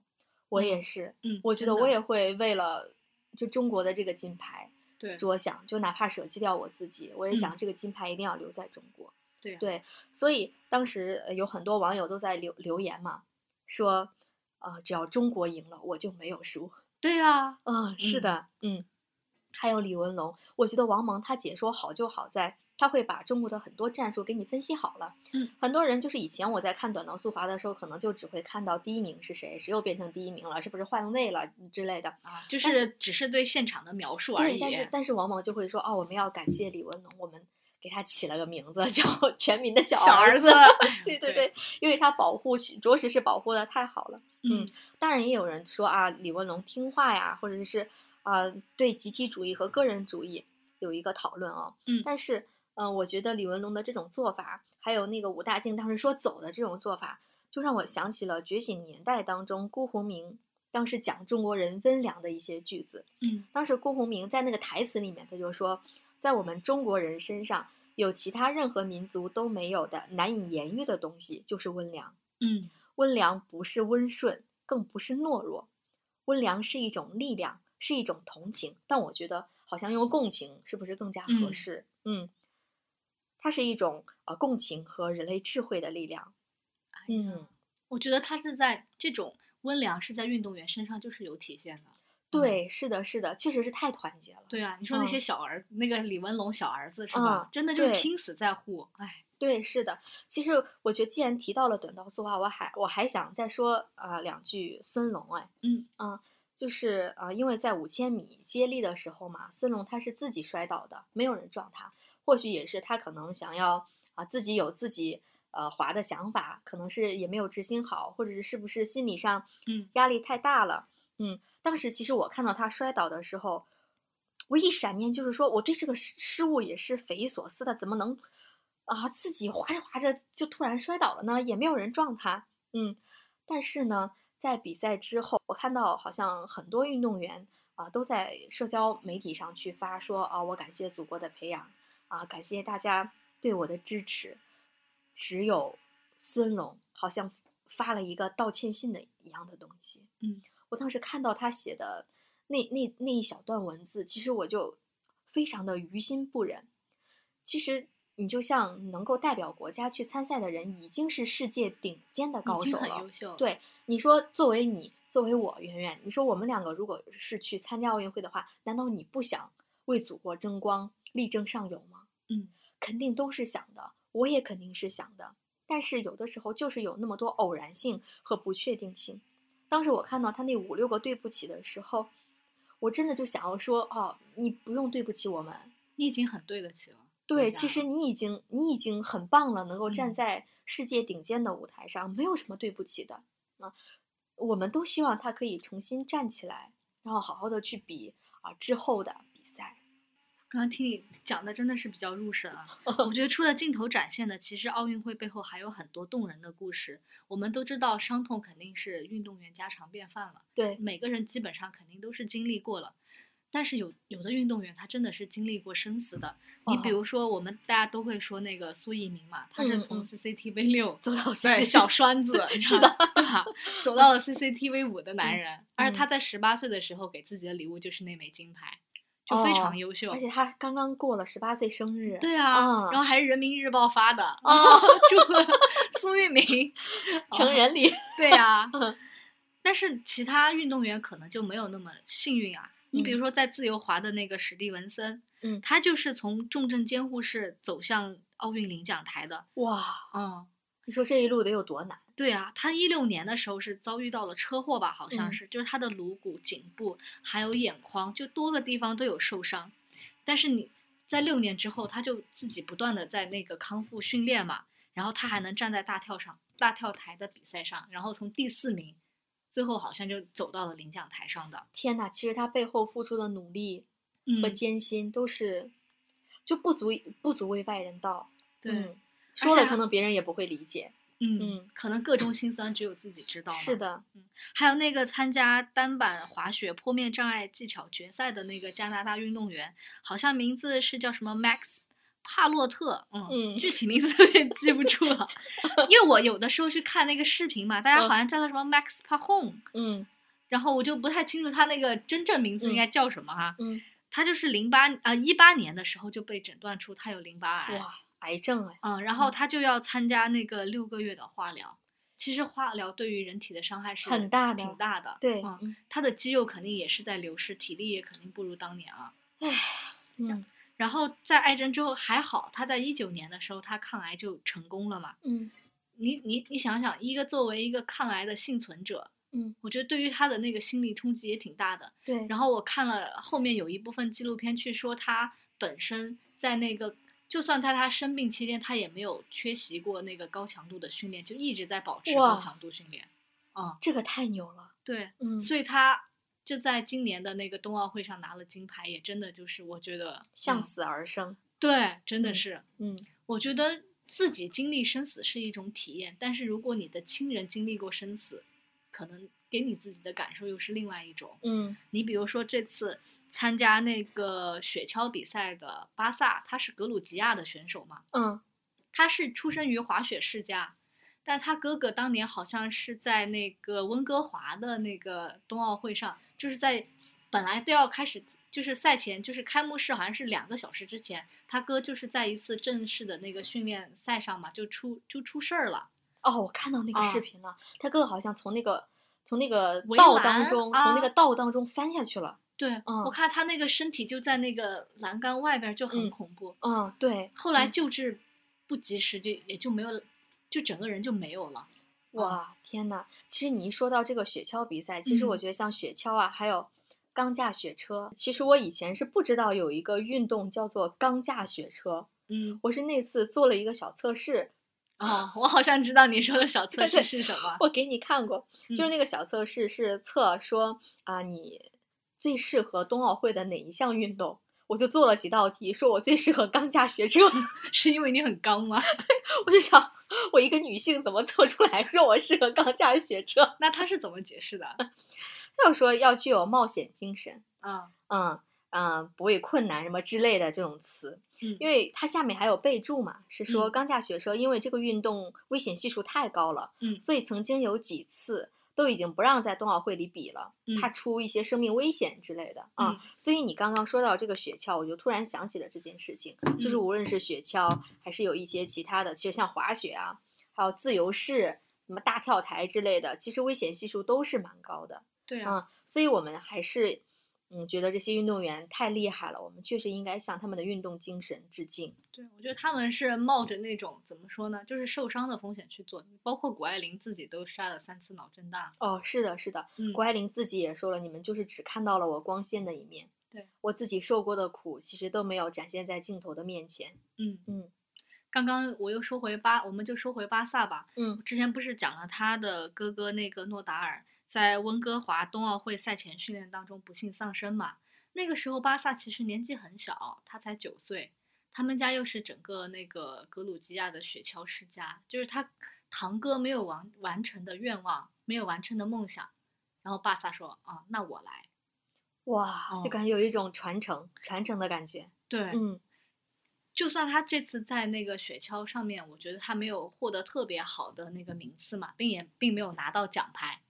Speaker 1: 我
Speaker 2: 嗯
Speaker 1: 也是，
Speaker 2: 嗯，
Speaker 1: 我觉
Speaker 2: 真
Speaker 1: 得我
Speaker 2: 的
Speaker 1: 也会为了就中国的这个金牌
Speaker 2: 对
Speaker 1: 着想，就哪怕舍弃掉我自己，我也想
Speaker 2: 嗯
Speaker 1: 这个金牌一定要留在中国。
Speaker 2: 对啊
Speaker 1: 对，所以当时呃有很多网友都在留留言嘛，说，呃，只要中国赢了，我就没有输。
Speaker 2: 对啊，
Speaker 1: 嗯，是
Speaker 2: 嗯
Speaker 1: 的，嗯。还有李文龙，我觉得王蒙他解说好就好在，他会把中国的很多战术给你分析好了。
Speaker 2: 嗯，
Speaker 1: 很多人就是以前我在看短道速滑的时候，可能就只会看到第一名是谁，谁又变成第一名了，是不是换位了之类的。
Speaker 2: 啊，就
Speaker 1: 但是
Speaker 2: 是只是对现场的描述而
Speaker 1: 对，
Speaker 2: 已。
Speaker 1: 但是但是王蒙就会说，哦，我们要感谢李文龙，我们给他起了个名字叫 “全民的小
Speaker 2: 小
Speaker 1: 儿
Speaker 2: 儿
Speaker 1: 子
Speaker 2: 子”。
Speaker 1: 对
Speaker 2: 对
Speaker 1: 对对，因为他保护着实是保护的太好了。
Speaker 2: 嗯
Speaker 1: 当然也有人说啊，李文龙听话呀，或者是啊、对集体主义和个人主义有一个讨论哦。
Speaker 2: 嗯
Speaker 1: 但是嗯、呃我觉得李文龙的这种做法，还有那个武大靖当时说走的这种做法，就让我想起了《觉醒年代》当中辜鸿铭当时讲中国人温良的一些句子。
Speaker 2: 嗯
Speaker 1: 当时辜鸿铭在那个台词里面，他就说，在我们中国人身上有其他任何民族都没有的难以言喻的东西，就是温良。
Speaker 2: 嗯
Speaker 1: 温良不是温顺，更不是懦弱，温良是一种力量，是一种同情。但我觉得好像用共情是不是更加合
Speaker 2: 嗯
Speaker 1: 适？嗯它是一种呃共情和人类智慧的力量。
Speaker 2: 哎呀
Speaker 1: 嗯，
Speaker 2: 我觉得他是在这种温良是在运动员身上就是有体现的。嗯
Speaker 1: 对，是的，是的，确实是太团结了。
Speaker 2: 对啊，你说那
Speaker 1: 嗯
Speaker 2: 些小儿，那个李文龙小儿子是
Speaker 1: 嗯
Speaker 2: 吧？真的就是
Speaker 1: 对
Speaker 2: 拼死在乎，哎，
Speaker 1: 对，是的。其实我觉得，既然提到了短道速滑，我还我还想再说啊、呃两句孙龙。哎，
Speaker 2: 嗯
Speaker 1: 啊、就是啊、呃因为在五千米接力的时候嘛，孙龙他是自己摔倒的，没有人撞他。或许也是他可能想要啊、自己有自己呃滑的想法，可能是也没有执行好，或者是是不是心理上
Speaker 2: 嗯
Speaker 1: 压力太大了。嗯，当时其实我看到他摔倒的时候，我一闪念就是说，我对这个失失误也是匪夷所思的，怎么能啊自己滑着滑着就突然摔倒了呢？也没有人撞他。嗯，但是呢，在比赛之后，我看到好像很多运动员啊都在社交媒体上去发说啊，我感谢祖国的培养啊，感谢大家对我的支持。只有孙龙好像发了一个道歉信的一样的东西。
Speaker 2: 嗯，
Speaker 1: 我当时看到他写的那那那一小段文字，其实我就非常的于心不忍。其实你就像能够代表国家去参赛的人，已经是世界顶尖的高
Speaker 2: 已经
Speaker 1: 手
Speaker 2: 很
Speaker 1: 了
Speaker 2: 优。秀了。
Speaker 1: 对，你说作为你，作为我，圆圆，你说我们两个如果是去参加奥运会的话，难道你不想为祖国争光、力争上游吗？
Speaker 2: 嗯，
Speaker 1: 肯定都是想的，我也肯定是想的。但是有的时候就是有那么多偶然性和不确定性。当时我看到他那五六个对不起的时候，我真的就想要说，哦，你不用对不起我们，
Speaker 2: 你已经很对得起了。
Speaker 1: 对，
Speaker 2: 大
Speaker 1: 其
Speaker 2: 家
Speaker 1: 实你已经你已经很棒了，能够站
Speaker 2: 嗯
Speaker 1: 在世界顶尖的舞台上，没有什么对不起的啊。我们都希望他可以重新站起来，然后好好的去比啊之后的比赛。
Speaker 2: 刚刚听你讲的真的是比较入 神啊！我觉得除了镜头展现的，其实奥运会背后还有很多动人的故事。我们都知道，伤痛肯定是运动员家常便饭了，
Speaker 1: 对，
Speaker 2: 每个人基本上肯定都是经历过了。但是有有的运动员他真的是经历过生死的。你比
Speaker 1: 哦
Speaker 2: 如说，我们大家都会说那个苏翊鸣嘛，他是
Speaker 1: 嗯
Speaker 2: 从
Speaker 1: 嗯
Speaker 2: CCTV 六
Speaker 1: 走到
Speaker 2: 对， 小 栓子，你
Speaker 1: 是
Speaker 2: 看
Speaker 1: 的，
Speaker 2: 对吧？ 走到了 CCTV 五的男人，而
Speaker 1: 嗯
Speaker 2: 且他在十八岁的时候给自己的礼物就是那枚金牌，就非
Speaker 1: 哦
Speaker 2: 常优秀。
Speaker 1: 而且他刚刚过了十八岁生日。
Speaker 2: 对啊，
Speaker 1: 嗯
Speaker 2: 然后还是人民日报发的，
Speaker 1: 哦，
Speaker 2: 祝苏翊鸣
Speaker 1: 成人礼。
Speaker 2: 对啊
Speaker 1: 嗯，
Speaker 2: 但是其他运动员可能就没有那么幸运啊。你比如说在自由滑的那个史蒂文森，
Speaker 1: 嗯
Speaker 2: 他就是从重症监护室走向奥运领奖台的，
Speaker 1: 哇，
Speaker 2: 嗯。
Speaker 1: 你说这一路得有多难？
Speaker 2: 对啊，他一六年的时候是遭遇到了车祸吧，好像
Speaker 1: 嗯
Speaker 2: 是，就是他的颅骨、颈部还有眼眶，就多个地方都有受伤。但是你在六年之后，他就自己不断的在那个康复训练嘛，然后他还能站在大跳上、大跳台的比赛上，然后从第四名，最后好像就走到了领奖台上的。
Speaker 1: 天呐，其实他背后付出的努力
Speaker 2: 嗯
Speaker 1: 和艰辛都是，就不足以不足为外人道。
Speaker 2: 对，
Speaker 1: 嗯
Speaker 2: 而
Speaker 1: 说了
Speaker 2: 且
Speaker 1: 可能别人也不会理解。
Speaker 2: 嗯，
Speaker 1: 嗯
Speaker 2: 可能各种辛酸只有自己知道嘛。
Speaker 1: 是的，
Speaker 2: 还有那个参加单板滑雪坡面障碍技巧决赛的那个加拿大运动员，好像名字是叫什么 Max 帕洛特，嗯，
Speaker 1: 嗯
Speaker 2: 具体名字 有点记不住了，因为我有的时候去看那个视频嘛，大家好
Speaker 1: 嗯
Speaker 2: 像叫他什么 Max Pahom，
Speaker 1: 嗯
Speaker 2: 然后我就不太清楚他那个真正名字应
Speaker 1: 嗯
Speaker 2: 该叫什么哈。
Speaker 1: 嗯，
Speaker 2: 他就是零八啊一八年的时候就被诊断出他有淋巴癌，
Speaker 1: 哇，癌症哎，
Speaker 2: 嗯，然后
Speaker 1: 嗯
Speaker 2: 他就要参加那个六个月的化疗。其实化疗对于人体的伤害是
Speaker 1: 很大的
Speaker 2: 挺大的。
Speaker 1: 对，
Speaker 2: 嗯，
Speaker 1: 嗯
Speaker 2: 他的肌肉肯定也是在流失，体力也肯定不如当年啊。
Speaker 1: 嗯
Speaker 2: 然后在癌症之后还好，他在一九年的时候他抗癌就成功了嘛。
Speaker 1: 嗯
Speaker 2: 你你你想想，一个作为一个抗癌的幸存者，
Speaker 1: 嗯，
Speaker 2: 我觉得对于他的那个心理冲击也挺大的。
Speaker 1: 对，
Speaker 2: 然后我看了后面有一部分纪录片去说他本身在那个，就算在他生病期间，他也没有缺席过那个高强度的训练，就一直在保持高
Speaker 1: 哇
Speaker 2: 强度训练。啊、
Speaker 1: 这个太牛了，
Speaker 2: 对，
Speaker 1: 嗯，
Speaker 2: 所以他就在今年的那个冬奥会上拿了金牌，也真的就是我觉得
Speaker 1: 向
Speaker 2: 嗯
Speaker 1: 死而生，
Speaker 2: 对，真的
Speaker 1: 嗯
Speaker 2: 是，
Speaker 1: 嗯，
Speaker 2: 我觉得自己经历生死是一种体验，但是如果你的亲人经历过生死，可能给你自己的感受又是另外一种。
Speaker 1: 嗯
Speaker 2: 你比如说这次参加那个雪橇比赛的巴萨，他是格鲁吉亚的选手嘛，
Speaker 1: 嗯
Speaker 2: 他是出生于滑雪世家，但他哥哥当年好像是在那个温哥华的那个冬奥会上，就是在本来都要开始，就是赛前就是开幕式好像是两个小时之前，他哥就是在一次正式的那个训练赛上嘛，就出就出事儿了，
Speaker 1: 哦，我看到那个视
Speaker 2: 啊
Speaker 1: 频了，他哥好像从那个从那个
Speaker 2: 围
Speaker 1: 道
Speaker 2: 栏
Speaker 1: 当中，从
Speaker 2: 啊
Speaker 1: 那个道当中翻下去了，
Speaker 2: 对、我
Speaker 1: 嗯
Speaker 2: 看他那个身体就在那个栏杆外边儿就很
Speaker 1: 嗯
Speaker 2: 恐怖，
Speaker 1: 嗯，对，
Speaker 2: 后来
Speaker 1: 嗯
Speaker 2: 救治不及时就也就没有，就整个人就没有了。
Speaker 1: 哇，天呐！其实你一说到这个雪橇比赛，其实我
Speaker 2: 嗯
Speaker 1: 觉得像雪橇啊，还有钢架雪车，其实我以前是不知道有一个运动叫做钢架雪车，
Speaker 2: 嗯
Speaker 1: 我是那次做了一个小测试，
Speaker 2: 啊，我好像知道你说的小测
Speaker 1: 对对
Speaker 2: 试是什么。
Speaker 1: 我给你看过，就是
Speaker 2: 嗯
Speaker 1: 那个小测试是测说啊、你最适合冬奥会的哪一项运动。我就做了几道题，说我最适合钢架学 车，
Speaker 2: 是因为你很刚吗？
Speaker 1: 我就想，我一个女性怎么做出来说我适合钢架学车？
Speaker 2: 那他是怎么解释 的？
Speaker 1: 要说要具有冒险精神，
Speaker 2: 啊，
Speaker 1: 嗯嗯，不畏困难什么之类的这种词，
Speaker 2: 嗯
Speaker 1: 因为它下面还有备注嘛，是说
Speaker 2: 嗯
Speaker 1: 钢架雪车因为这个运动危险系数太高了，
Speaker 2: 嗯
Speaker 1: 所以曾经有几次都已经不让在冬奥会里比了，怕
Speaker 2: 嗯
Speaker 1: 出一些生命危险之类的啊。
Speaker 2: 嗯
Speaker 1: 所以你刚刚说到这个雪橇，我就突然想起了这件事情，就是
Speaker 2: 嗯
Speaker 1: 无论是雪橇还是有一些其他的，其实像滑雪啊，还有自由式。什么大跳台之类的，其实危险系数都是蛮高的。
Speaker 2: 对啊，
Speaker 1: 嗯，所以我们还是嗯觉得这些运动员太厉害了，我们确实应该向他们的运动精神致敬。
Speaker 2: 对，我觉得他们是冒着那种怎么说呢，就是受伤的风险去做，包括谷爱凌自己都摔了三次脑震荡。
Speaker 1: 哦，是的，是的，
Speaker 2: 嗯
Speaker 1: 谷爱凌自己也说了，你们就是只看到了我光鲜的一面，
Speaker 2: 对
Speaker 1: 我自己受过的苦，其实都没有展现在镜头的面前。
Speaker 2: 嗯
Speaker 1: 嗯
Speaker 2: 刚刚我又说回巴，我们就说回巴萨吧。
Speaker 1: 嗯
Speaker 2: 之前不是讲了他的哥哥那个诺达尔在温哥华冬奥会赛前训练当中不幸丧生嘛？那个时候巴萨其实年纪很小，他才九岁，他们家又是整个那个格鲁吉亚的雪橇世家，就是他堂哥没有完完成的愿望，没有完成的梦想，然后巴萨说啊，那我来。
Speaker 1: 哇，
Speaker 2: 哦
Speaker 1: 就感觉有一种传承传承的感觉。
Speaker 2: 对，哦
Speaker 1: 嗯
Speaker 2: 就算他这次在那个雪橇上面，我觉得他没有获得特别好的那个名次嘛，并也并没有拿到奖牌，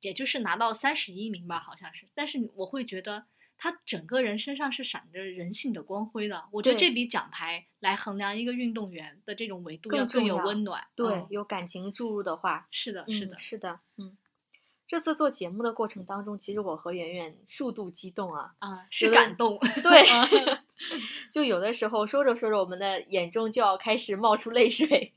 Speaker 2: 也就是拿到三十一名吧，好像是。但是我会觉得他整个人身上是闪着人性的光辉的。我觉得
Speaker 1: 对
Speaker 2: 这比奖牌来衡量一个运动员的这种维度
Speaker 1: 更
Speaker 2: 要更
Speaker 1: 重
Speaker 2: 有
Speaker 1: 要
Speaker 2: 温暖。
Speaker 1: 对，
Speaker 2: 嗯
Speaker 1: 有感情注入的话，
Speaker 2: 是的，是
Speaker 1: 嗯
Speaker 2: 的，
Speaker 1: 是的，嗯。这次做节目的过程当中，其实我和圆圆数度激动啊，
Speaker 2: 啊，是
Speaker 1: 有的
Speaker 2: 感动。
Speaker 1: 对
Speaker 2: 嗯，
Speaker 1: 就有的时候说着说着，我们的眼中就要开始冒出泪水。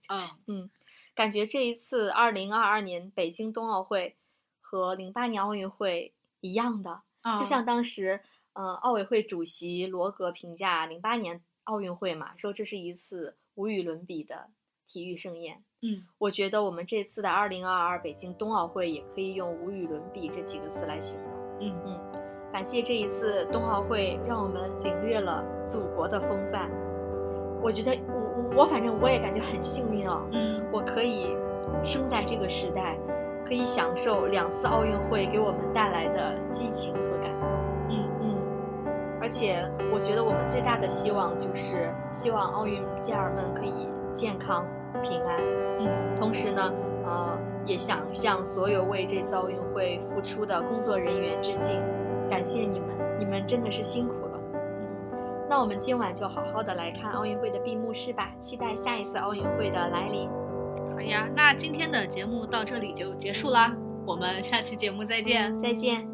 Speaker 2: 嗯，
Speaker 1: 感觉这一次二零二二年北京冬奥会和零八年奥运会一样的，就
Speaker 2: 嗯
Speaker 1: 像当时，呃，奥委会主席罗格评价零八年奥运会嘛，说这是一次无与伦比的体育盛宴。
Speaker 2: 嗯，
Speaker 1: 我觉得我们这次的二零二二北京冬奥会也可以用无与伦比这几个字来形容。
Speaker 2: 嗯，
Speaker 1: 嗯，感谢这一次冬奥会，让我们领略了祖国的风范。我觉得我我我反正我也感觉很幸运哦，
Speaker 2: 嗯，
Speaker 1: 我可以生在这个时代，可以享受两次奥运会给我们带来的激情和感动。
Speaker 2: 嗯，
Speaker 1: 嗯，而且我觉得我们最大的希望就是希望奥运健儿们可以健康平安。
Speaker 2: 嗯，
Speaker 1: 同时呢，呃，也想向所有为这次奥运会付出的工作人员致敬，感谢你们，你们真的是辛苦了。嗯，那我们今晚就好好的来看奥运会的闭幕式吧，期待下一次奥运会的来临。
Speaker 2: 好呀，那今天的节目到这里就结束啦，我们下期节目再见。
Speaker 1: 再见。